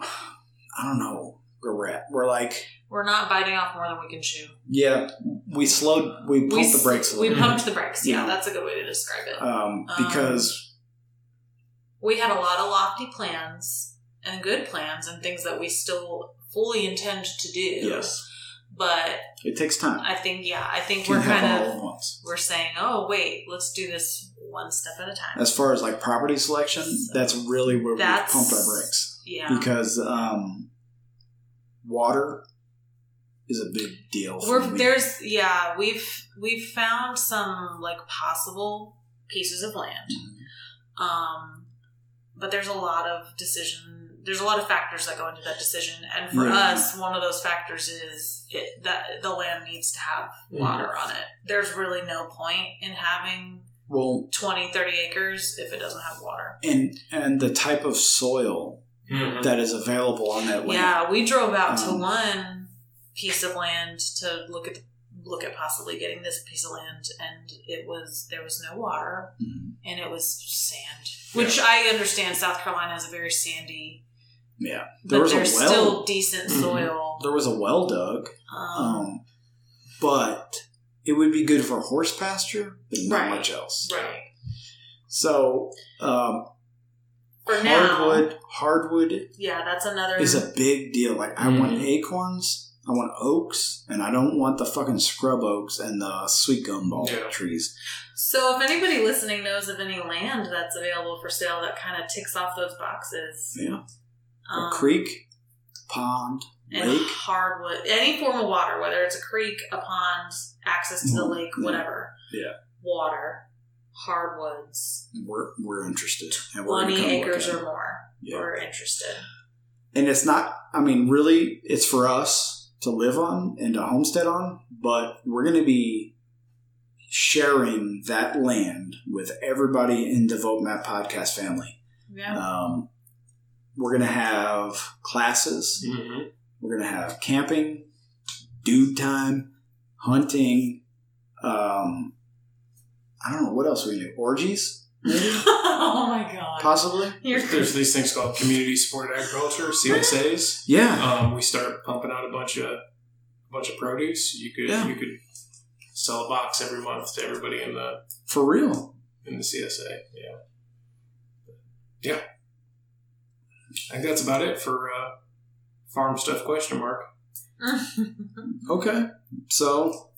[SPEAKER 1] *sighs* I don't know where we're at. We're like,
[SPEAKER 3] We're not biting off more than we can chew.
[SPEAKER 1] yeah, we slowed, we pumped
[SPEAKER 3] we
[SPEAKER 1] the
[SPEAKER 3] s-
[SPEAKER 1] brakes a
[SPEAKER 3] We
[SPEAKER 1] little,
[SPEAKER 2] bit.
[SPEAKER 3] pumped the brakes. Yeah,
[SPEAKER 1] Yeah.
[SPEAKER 3] that's a good way to describe it.
[SPEAKER 1] um,
[SPEAKER 3] um,
[SPEAKER 1] because
[SPEAKER 3] we had a lot of lofty plans and good plans and things that we still fully intend to do.
[SPEAKER 1] yes,
[SPEAKER 3] But
[SPEAKER 1] it takes time.
[SPEAKER 3] I think, yeah, I think
[SPEAKER 1] Can't
[SPEAKER 3] we're
[SPEAKER 1] have
[SPEAKER 3] kind
[SPEAKER 1] all
[SPEAKER 3] of
[SPEAKER 1] at once.
[SPEAKER 3] we're saying, oh wait, let's do this one step at a time.
[SPEAKER 1] As far as like property selection, that's really where we
[SPEAKER 3] That's-
[SPEAKER 1] pumped our brakes.
[SPEAKER 3] Yeah,
[SPEAKER 1] because um, water is a big deal. For
[SPEAKER 3] we're
[SPEAKER 1] me.
[SPEAKER 3] there's yeah we've we've found some like possible pieces of land, um, but there's a lot of decision. There's a lot of factors that go into that decision, and for
[SPEAKER 1] Yeah.
[SPEAKER 3] us, one of those factors is it, that the land needs to have
[SPEAKER 2] Mm-hmm.
[SPEAKER 3] water on it. There's really no point in having
[SPEAKER 1] well,
[SPEAKER 3] 20, 30 acres if it doesn't have water.
[SPEAKER 1] and and the type of soil
[SPEAKER 2] Mhm.
[SPEAKER 1] that is available on that land.
[SPEAKER 3] Yeah, we drove out to
[SPEAKER 1] Um,
[SPEAKER 3] one piece of land to look at look at possibly getting this piece of land, and it was there was no water
[SPEAKER 1] Mhm.
[SPEAKER 3] and it was sand, which I understand. South Carolina is a very sandy,
[SPEAKER 1] yeah. There
[SPEAKER 3] but
[SPEAKER 1] was a well.
[SPEAKER 3] there's still decent
[SPEAKER 2] Mhm.
[SPEAKER 3] soil.
[SPEAKER 1] there was a well dug,
[SPEAKER 3] Um,
[SPEAKER 1] um, but it would be good for horse pasture, but not
[SPEAKER 3] Right.
[SPEAKER 1] much else.
[SPEAKER 3] right
[SPEAKER 1] So um,
[SPEAKER 3] for now,
[SPEAKER 1] hardwood, hardwood
[SPEAKER 3] yeah, that's another.
[SPEAKER 1] is a big deal. Like I
[SPEAKER 2] Mhm.
[SPEAKER 1] want
[SPEAKER 3] Mm-hmm.
[SPEAKER 1] acorns, I want oaks, and I don't want the fucking scrub oaks and the sweet gumball
[SPEAKER 2] Yeah.
[SPEAKER 1] trees.
[SPEAKER 3] So, if anybody listening knows of any land that's available for sale that kind of ticks off those boxes,
[SPEAKER 1] Yeah, a
[SPEAKER 3] um,
[SPEAKER 1] creek, pond,
[SPEAKER 3] and
[SPEAKER 1] lake.
[SPEAKER 3] hardwood, any form of water, whether it's a creek, a pond, access to the lake,
[SPEAKER 1] Mm-hmm. Yeah.
[SPEAKER 3] whatever,
[SPEAKER 1] Yeah.
[SPEAKER 3] water, hardwoods.
[SPEAKER 1] We're we're interested. And we're gonna
[SPEAKER 3] 20
[SPEAKER 1] come look
[SPEAKER 3] acres
[SPEAKER 1] at
[SPEAKER 3] or
[SPEAKER 1] it.
[SPEAKER 3] more.
[SPEAKER 1] Yeah.
[SPEAKER 3] We're interested.
[SPEAKER 1] and it's not i mean really it's for us to live on and to homestead on but we're going to be sharing that land with everybody in the vote map podcast family
[SPEAKER 3] Yeah.
[SPEAKER 1] um, we're going to have classes
[SPEAKER 2] hmm
[SPEAKER 1] we're going to have camping dude time hunting um, i don't know what else we do orgies
[SPEAKER 3] *laughs* oh my god.
[SPEAKER 1] possibly
[SPEAKER 3] You're *laughs*
[SPEAKER 2] There's these things called community supported agriculture (CSAs).
[SPEAKER 1] yeah
[SPEAKER 2] Um, we start pumping out a bunch of a bunch of produce. You could
[SPEAKER 1] Yeah.
[SPEAKER 2] you could sell a box every month to everybody in the
[SPEAKER 1] for real
[SPEAKER 2] in the CSA. Yeah, yeah. I think that's about it for uh, farm stuff. Question mark.
[SPEAKER 1] Okay. So,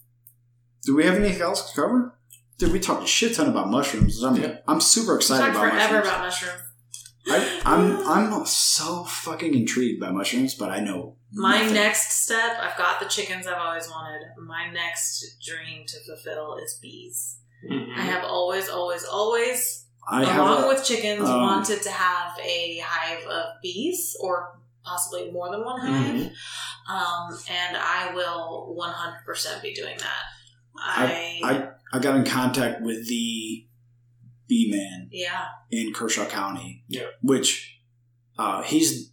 [SPEAKER 1] do we have anything else to cover? Dude, we talked a shit ton about mushrooms. I'm,
[SPEAKER 2] Yeah.
[SPEAKER 1] I'm super excited
[SPEAKER 3] talked
[SPEAKER 1] about
[SPEAKER 3] forever
[SPEAKER 1] mushrooms.
[SPEAKER 3] about mushroom.
[SPEAKER 1] I,
[SPEAKER 3] *laughs*
[SPEAKER 1] I'm I'm so fucking intrigued by mushrooms, but I know
[SPEAKER 3] My
[SPEAKER 1] nothing.
[SPEAKER 3] next step, I've got the chickens I've always wanted. My next dream to fulfill is bees.
[SPEAKER 2] Mhm.
[SPEAKER 1] Mm-hmm.
[SPEAKER 3] I have always, always, always,
[SPEAKER 1] I have
[SPEAKER 3] along
[SPEAKER 1] a-
[SPEAKER 3] with chickens,
[SPEAKER 1] um,
[SPEAKER 3] wanted to have a hive of bees or possibly more than one hive.
[SPEAKER 1] Mm-hmm.
[SPEAKER 3] Um, and I will 100% be doing that. I,
[SPEAKER 1] I got in contact with the bee man
[SPEAKER 3] yeah.
[SPEAKER 1] in Kershaw County.
[SPEAKER 2] Yeah.
[SPEAKER 1] Which, uh, he's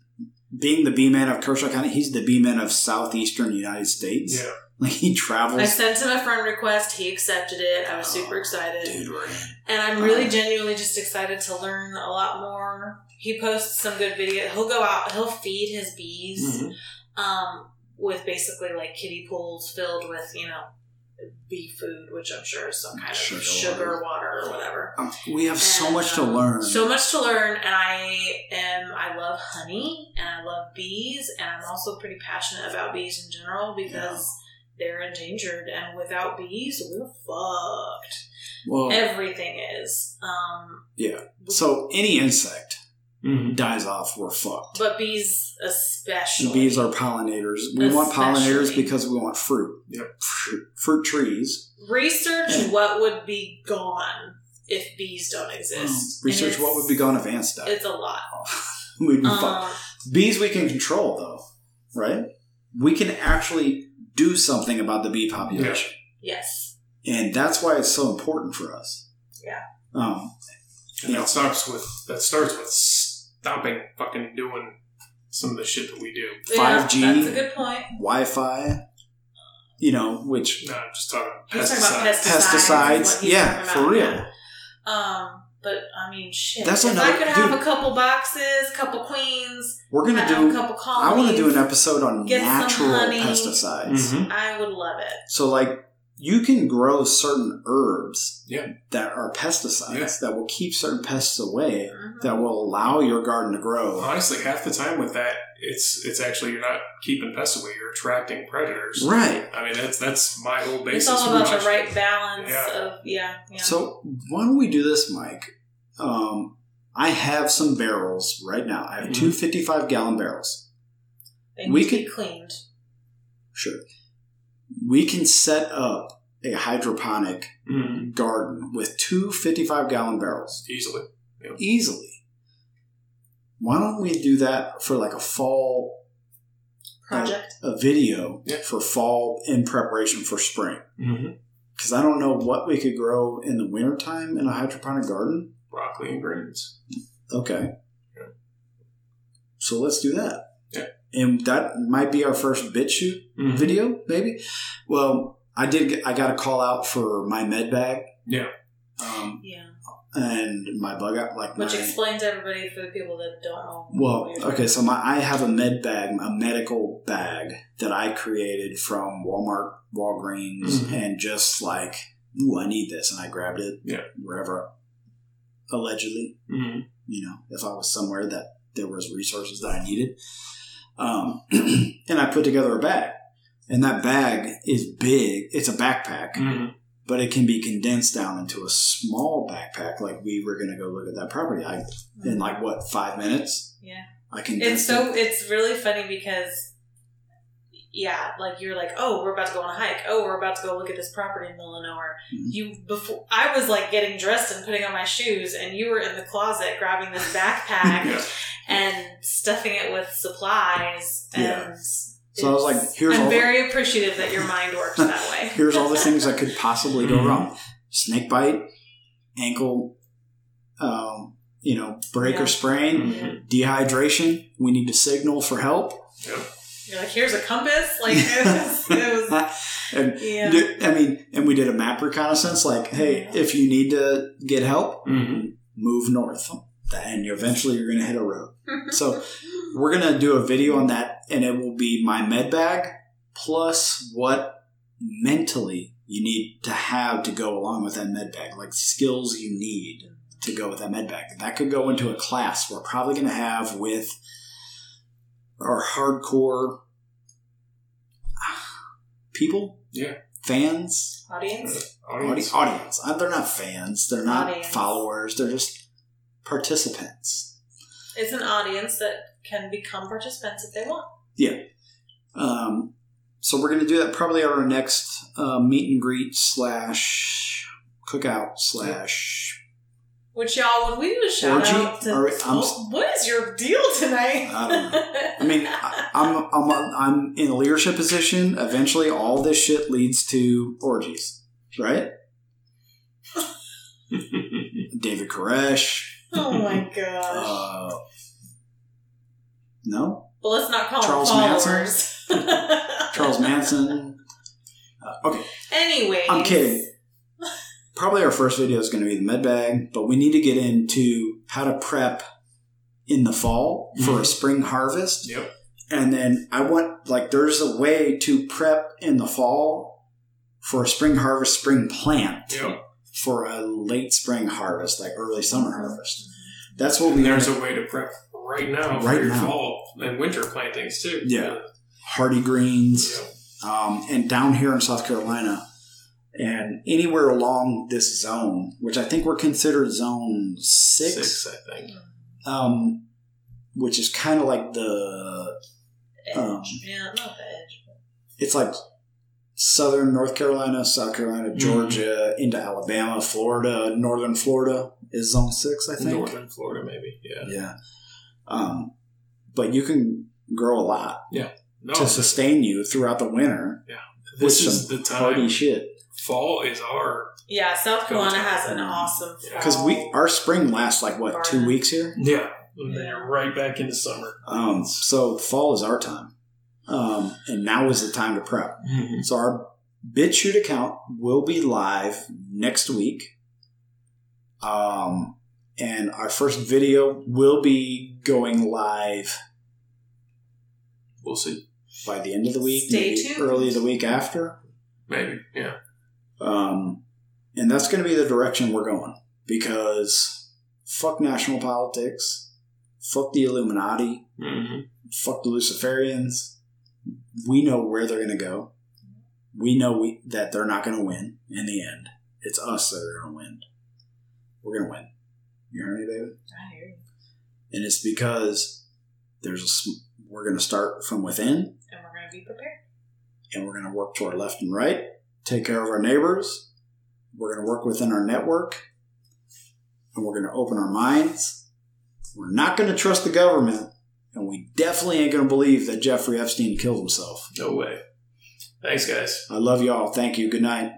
[SPEAKER 1] being the bee man of Kershaw County. He's the bee man of southeastern United States.
[SPEAKER 2] Yeah.
[SPEAKER 1] Like he
[SPEAKER 3] I
[SPEAKER 1] travels.
[SPEAKER 3] sent him a friend request. He accepted it. I was super excited.
[SPEAKER 1] Dude, we're in.
[SPEAKER 3] And I'm
[SPEAKER 1] Um,
[SPEAKER 3] really genuinely just excited to learn a lot more. He posts some good video. He'll go out, he'll feed his bees
[SPEAKER 1] Mm-hmm.
[SPEAKER 2] Mhm.
[SPEAKER 3] um, with basically like kiddie pools filled with, you know, bee food, which I'm sure is some kind
[SPEAKER 1] Sugar
[SPEAKER 3] of sugar, water, or whatever.
[SPEAKER 1] Um, we have so
[SPEAKER 3] And,
[SPEAKER 1] much to
[SPEAKER 3] um,
[SPEAKER 1] learn.
[SPEAKER 3] So much to learn, and I am. I love honey, and I love bees, and I'm also pretty passionate about bees in general because they're endangered, and without bees, we're fucked.
[SPEAKER 1] well,
[SPEAKER 3] Everything is. Um,
[SPEAKER 1] Yeah. So any insect
[SPEAKER 2] Mhm.
[SPEAKER 1] dies off, we're fucked.
[SPEAKER 3] but bees especially.
[SPEAKER 1] Bees are pollinators. We want pollinators
[SPEAKER 3] Especially.
[SPEAKER 1] because we want fruit.
[SPEAKER 2] Yep.
[SPEAKER 1] Fruit, fruit trees.
[SPEAKER 3] research
[SPEAKER 1] Yeah.
[SPEAKER 3] what would be gone if bees don't exist.
[SPEAKER 1] Oh, Research
[SPEAKER 3] And
[SPEAKER 1] what would be gone Mm, if ants
[SPEAKER 3] it's-
[SPEAKER 1] died.
[SPEAKER 3] It's a lot.
[SPEAKER 1] We'd be fucked.
[SPEAKER 3] Um,
[SPEAKER 1] Bees we can control though, right? We can actually do something about the bee population,
[SPEAKER 3] yes.
[SPEAKER 1] and that's why it's so important for us.
[SPEAKER 3] Yeah.
[SPEAKER 1] Um,
[SPEAKER 2] And that starts with that starts with stopping fucking doing some of the shit that we do.
[SPEAKER 3] Yeah,
[SPEAKER 1] 5G.
[SPEAKER 3] That's a good point.
[SPEAKER 1] Wi-Fi, you know, which
[SPEAKER 2] No, I'm just talking
[SPEAKER 3] He's talking about
[SPEAKER 2] pesticides.
[SPEAKER 3] pesticides. is
[SPEAKER 1] pesticides.
[SPEAKER 3] what he's
[SPEAKER 1] Yeah,
[SPEAKER 3] talking
[SPEAKER 1] for
[SPEAKER 3] about,
[SPEAKER 1] real.
[SPEAKER 3] yeah. Um, but I mean, shit.
[SPEAKER 1] That's
[SPEAKER 3] if
[SPEAKER 1] another-
[SPEAKER 3] I could have
[SPEAKER 1] dude.
[SPEAKER 3] a couple boxes, couple queens,
[SPEAKER 1] We're gonna
[SPEAKER 3] have
[SPEAKER 1] do.
[SPEAKER 3] a couple colonies.
[SPEAKER 1] I want to do an episode on
[SPEAKER 3] Get some
[SPEAKER 1] natural
[SPEAKER 3] honey.
[SPEAKER 1] pesticides.
[SPEAKER 2] Mhm.
[SPEAKER 3] I would love it.
[SPEAKER 1] So, like, you can grow certain herbs
[SPEAKER 2] Yeah.
[SPEAKER 1] that are pesticides
[SPEAKER 2] Yeah.
[SPEAKER 1] that will keep certain pests away,
[SPEAKER 3] Mhm.
[SPEAKER 1] that will allow your garden to grow.
[SPEAKER 2] Honestly, half the time with that, it's it's actually you're not keeping pests away; you're attracting predators.
[SPEAKER 1] Right.
[SPEAKER 2] I mean, that's that's my whole
[SPEAKER 3] It's
[SPEAKER 2] basis.
[SPEAKER 3] all
[SPEAKER 2] for
[SPEAKER 3] about the
[SPEAKER 2] my-
[SPEAKER 3] right balance
[SPEAKER 2] Yeah.
[SPEAKER 3] of yeah, yeah.
[SPEAKER 1] So, why don't we do this, Mike? Um, I have some barrels right now. I have
[SPEAKER 2] Mhm.
[SPEAKER 1] two 55 gallon barrels.
[SPEAKER 3] they need
[SPEAKER 1] we
[SPEAKER 3] to be
[SPEAKER 1] could-
[SPEAKER 3] cleaned.
[SPEAKER 1] Sure. We can set up a hydroponic
[SPEAKER 2] Mhm.
[SPEAKER 1] garden with two 55 gallon barrels.
[SPEAKER 2] easily.
[SPEAKER 1] easily. Why don't we do that for like a fall
[SPEAKER 3] Project.
[SPEAKER 1] a video
[SPEAKER 2] Yeah.
[SPEAKER 1] for fall in preparation for spring?
[SPEAKER 2] Mm-hmm.
[SPEAKER 1] Because I don't know what we could grow in the wintertime in a hydroponic garden.
[SPEAKER 2] Broccoli and greens.
[SPEAKER 1] Okay.
[SPEAKER 2] Yeah.
[SPEAKER 1] So let's do that.
[SPEAKER 2] Yeah.
[SPEAKER 1] And that might be our first bit shoot
[SPEAKER 2] Mhm.
[SPEAKER 1] video, maybe. Well, I did. get- I got a call out for my med bag.
[SPEAKER 2] Yeah.
[SPEAKER 1] Um,
[SPEAKER 3] Yeah.
[SPEAKER 1] and my bug out like
[SPEAKER 3] Which
[SPEAKER 1] my,
[SPEAKER 3] explains everybody for the people that don't know.
[SPEAKER 1] Well,
[SPEAKER 3] what you're
[SPEAKER 1] okay, so my I have a med bag, a medical bag that I created from Walmart, Walgreens,
[SPEAKER 2] Mhm.
[SPEAKER 1] and just like, ooh, I need this, and I grabbed it.
[SPEAKER 2] Yeah.
[SPEAKER 1] Wherever, allegedly,
[SPEAKER 2] Mhm.
[SPEAKER 1] you know, if I was somewhere that there was resources that I needed, um, *clears throat* and I put together a bag, and that bag is big. It's a backpack,
[SPEAKER 2] Mhm.
[SPEAKER 1] but it can be condensed down into a small backpack. Like we were gonna go look at that property. I
[SPEAKER 3] doing.
[SPEAKER 1] in like what five minutes.
[SPEAKER 3] Mm-hmm. Yeah.
[SPEAKER 1] I can.
[SPEAKER 3] It's so it's really funny because yeah, like you're like, oh, we're about to go on a hike. Oh, we're about to go look at this property in the middle of nowhere.
[SPEAKER 1] Mhm.
[SPEAKER 3] You before I was like getting dressed and putting on my shoes, and you were in the closet
[SPEAKER 1] *laughs*
[SPEAKER 3] grabbing this backpack
[SPEAKER 2] Yeah.
[SPEAKER 3] and stuffing it with supplies. And
[SPEAKER 1] Yeah. So I was like, here's
[SPEAKER 3] I'm
[SPEAKER 1] all the-
[SPEAKER 3] very appreciative that your mind works that way.
[SPEAKER 1] *laughs* Here's all the
[SPEAKER 3] *laughs*
[SPEAKER 1] things that could possibly go
[SPEAKER 2] Mhm.
[SPEAKER 1] wrong: snake bite, ankle, um, you know, break
[SPEAKER 3] Yeah.
[SPEAKER 1] or sprain,
[SPEAKER 2] Mhm.
[SPEAKER 1] dehydration. We need to signal for help.
[SPEAKER 3] You're like, here's a compass. Like it was, it
[SPEAKER 1] *laughs*
[SPEAKER 3] was
[SPEAKER 1] and
[SPEAKER 3] yeah.
[SPEAKER 1] d- I mean, and we did a map reconnaissance. Like, hey,
[SPEAKER 3] Yeah.
[SPEAKER 1] if you need to get help,
[SPEAKER 2] Mhm.
[SPEAKER 1] move north, and you eventually you're going to hit a
[SPEAKER 3] *laughs*
[SPEAKER 1] road. So we're going to do a video on that, and it will be my med bag plus what mentally you need to have to go along with that med bag, like skills you need to go with that med bag. That could go into a class we're probably going to have with our hardcore *sighs* ah, people,
[SPEAKER 2] Yeah.
[SPEAKER 1] fans,
[SPEAKER 3] Audience,
[SPEAKER 2] Audience.
[SPEAKER 1] Audi-
[SPEAKER 2] *laughs*
[SPEAKER 1] audience. Uh, They're not fans. They're not
[SPEAKER 3] Audience.
[SPEAKER 1] followers. They're just participants.
[SPEAKER 3] it's an audience that can become participants if they want.
[SPEAKER 1] Um, so we're going to do that probably at our next uh, meet and greet slash cookout slash.
[SPEAKER 3] Which y'all, when we do a shout
[SPEAKER 1] Orgy?
[SPEAKER 3] out to, Oh,
[SPEAKER 1] Or- I'm s-
[SPEAKER 3] what is your deal tonight?
[SPEAKER 1] I don't I mean, I, I'm I'm I'm in a leadership position. Eventually, all this shit leads to orgies, right? David Koresh.
[SPEAKER 3] *laughs* oh my gosh.
[SPEAKER 1] Uh, no,
[SPEAKER 3] Well, let's not call
[SPEAKER 1] Charles
[SPEAKER 3] them
[SPEAKER 1] Manson?
[SPEAKER 3] followers. *laughs*
[SPEAKER 1] Charles Manson. Uh, okay,
[SPEAKER 3] Anyway,
[SPEAKER 1] I'm kidding. Probably our first video is going to be the med bag, but we need to get into how to prep in the fall for a spring harvest.
[SPEAKER 2] Mm-hmm. Yep.
[SPEAKER 1] And then I want, like, there's a way to prep in the fall for a spring harvest, spring plant
[SPEAKER 2] Yep.
[SPEAKER 1] for a late spring harvest, like early summer harvest. That's what we
[SPEAKER 2] And Mm-hmm. there's a way to prep right now
[SPEAKER 1] Right
[SPEAKER 2] for your
[SPEAKER 1] now.
[SPEAKER 2] fall and winter plantings too.
[SPEAKER 1] Yeah. hardy greens.
[SPEAKER 2] Yeah.
[SPEAKER 1] um, and down here in South Carolina and anywhere along this zone, which I think we're considered zone six,
[SPEAKER 2] Six, I think.
[SPEAKER 1] Um, which is kind of like the,
[SPEAKER 3] Edge.
[SPEAKER 1] um,
[SPEAKER 3] yeah, not the edge.
[SPEAKER 1] it's like southern North Carolina, South Carolina,
[SPEAKER 2] Mhm.
[SPEAKER 1] Georgia, into Alabama, Florida, northern Florida is zone six, I think.
[SPEAKER 2] Northern Florida, maybe. Yeah.
[SPEAKER 1] Yeah. Um, but you can grow a lot
[SPEAKER 2] No,
[SPEAKER 1] to sustain you throughout the winter.
[SPEAKER 2] Oh. this
[SPEAKER 1] with
[SPEAKER 2] is the
[SPEAKER 1] Hardy
[SPEAKER 2] time.
[SPEAKER 1] shit.
[SPEAKER 2] Fall is our.
[SPEAKER 3] Yeah, South Carolina has an
[SPEAKER 1] Yeah.
[SPEAKER 3] awesome
[SPEAKER 1] Because Um, we our spring lasts like what two
[SPEAKER 3] Garden.
[SPEAKER 1] weeks here.
[SPEAKER 2] Yeah. And then you're right back into summer.
[SPEAKER 1] Um, so fall is our time, um, and now is the time to prep. So our bit shoot account will be live next week, um, and our first video will be going live
[SPEAKER 2] We'll see.
[SPEAKER 1] by the end of the week,
[SPEAKER 3] Stay
[SPEAKER 1] maybe
[SPEAKER 3] tuned.
[SPEAKER 1] early the week after,
[SPEAKER 2] Maybe. Yeah.
[SPEAKER 1] um, and that's going to be the direction we're going because fuck national politics, fuck the Illuminati. Mm-hmm.
[SPEAKER 2] hmm
[SPEAKER 1] fuck the Luciferians. We know where they're going to go. We know we, that they're not going to win in the end. It's us that are going to win. We're going to win. You hear me, baby?
[SPEAKER 3] I hear you.
[SPEAKER 1] And it's because there's a sm- we're going to start from within
[SPEAKER 3] and we're gonna be prepared.
[SPEAKER 1] and we're going to work toward left and right, take care of our neighbors. We're going to work within our network and we're going to open our minds. We're not going to trust the government and we definitely ain't going to believe that Jeffrey Epstein killed himself.
[SPEAKER 2] No way. Thanks, guys.
[SPEAKER 1] I love y'all. Thank you. Good night.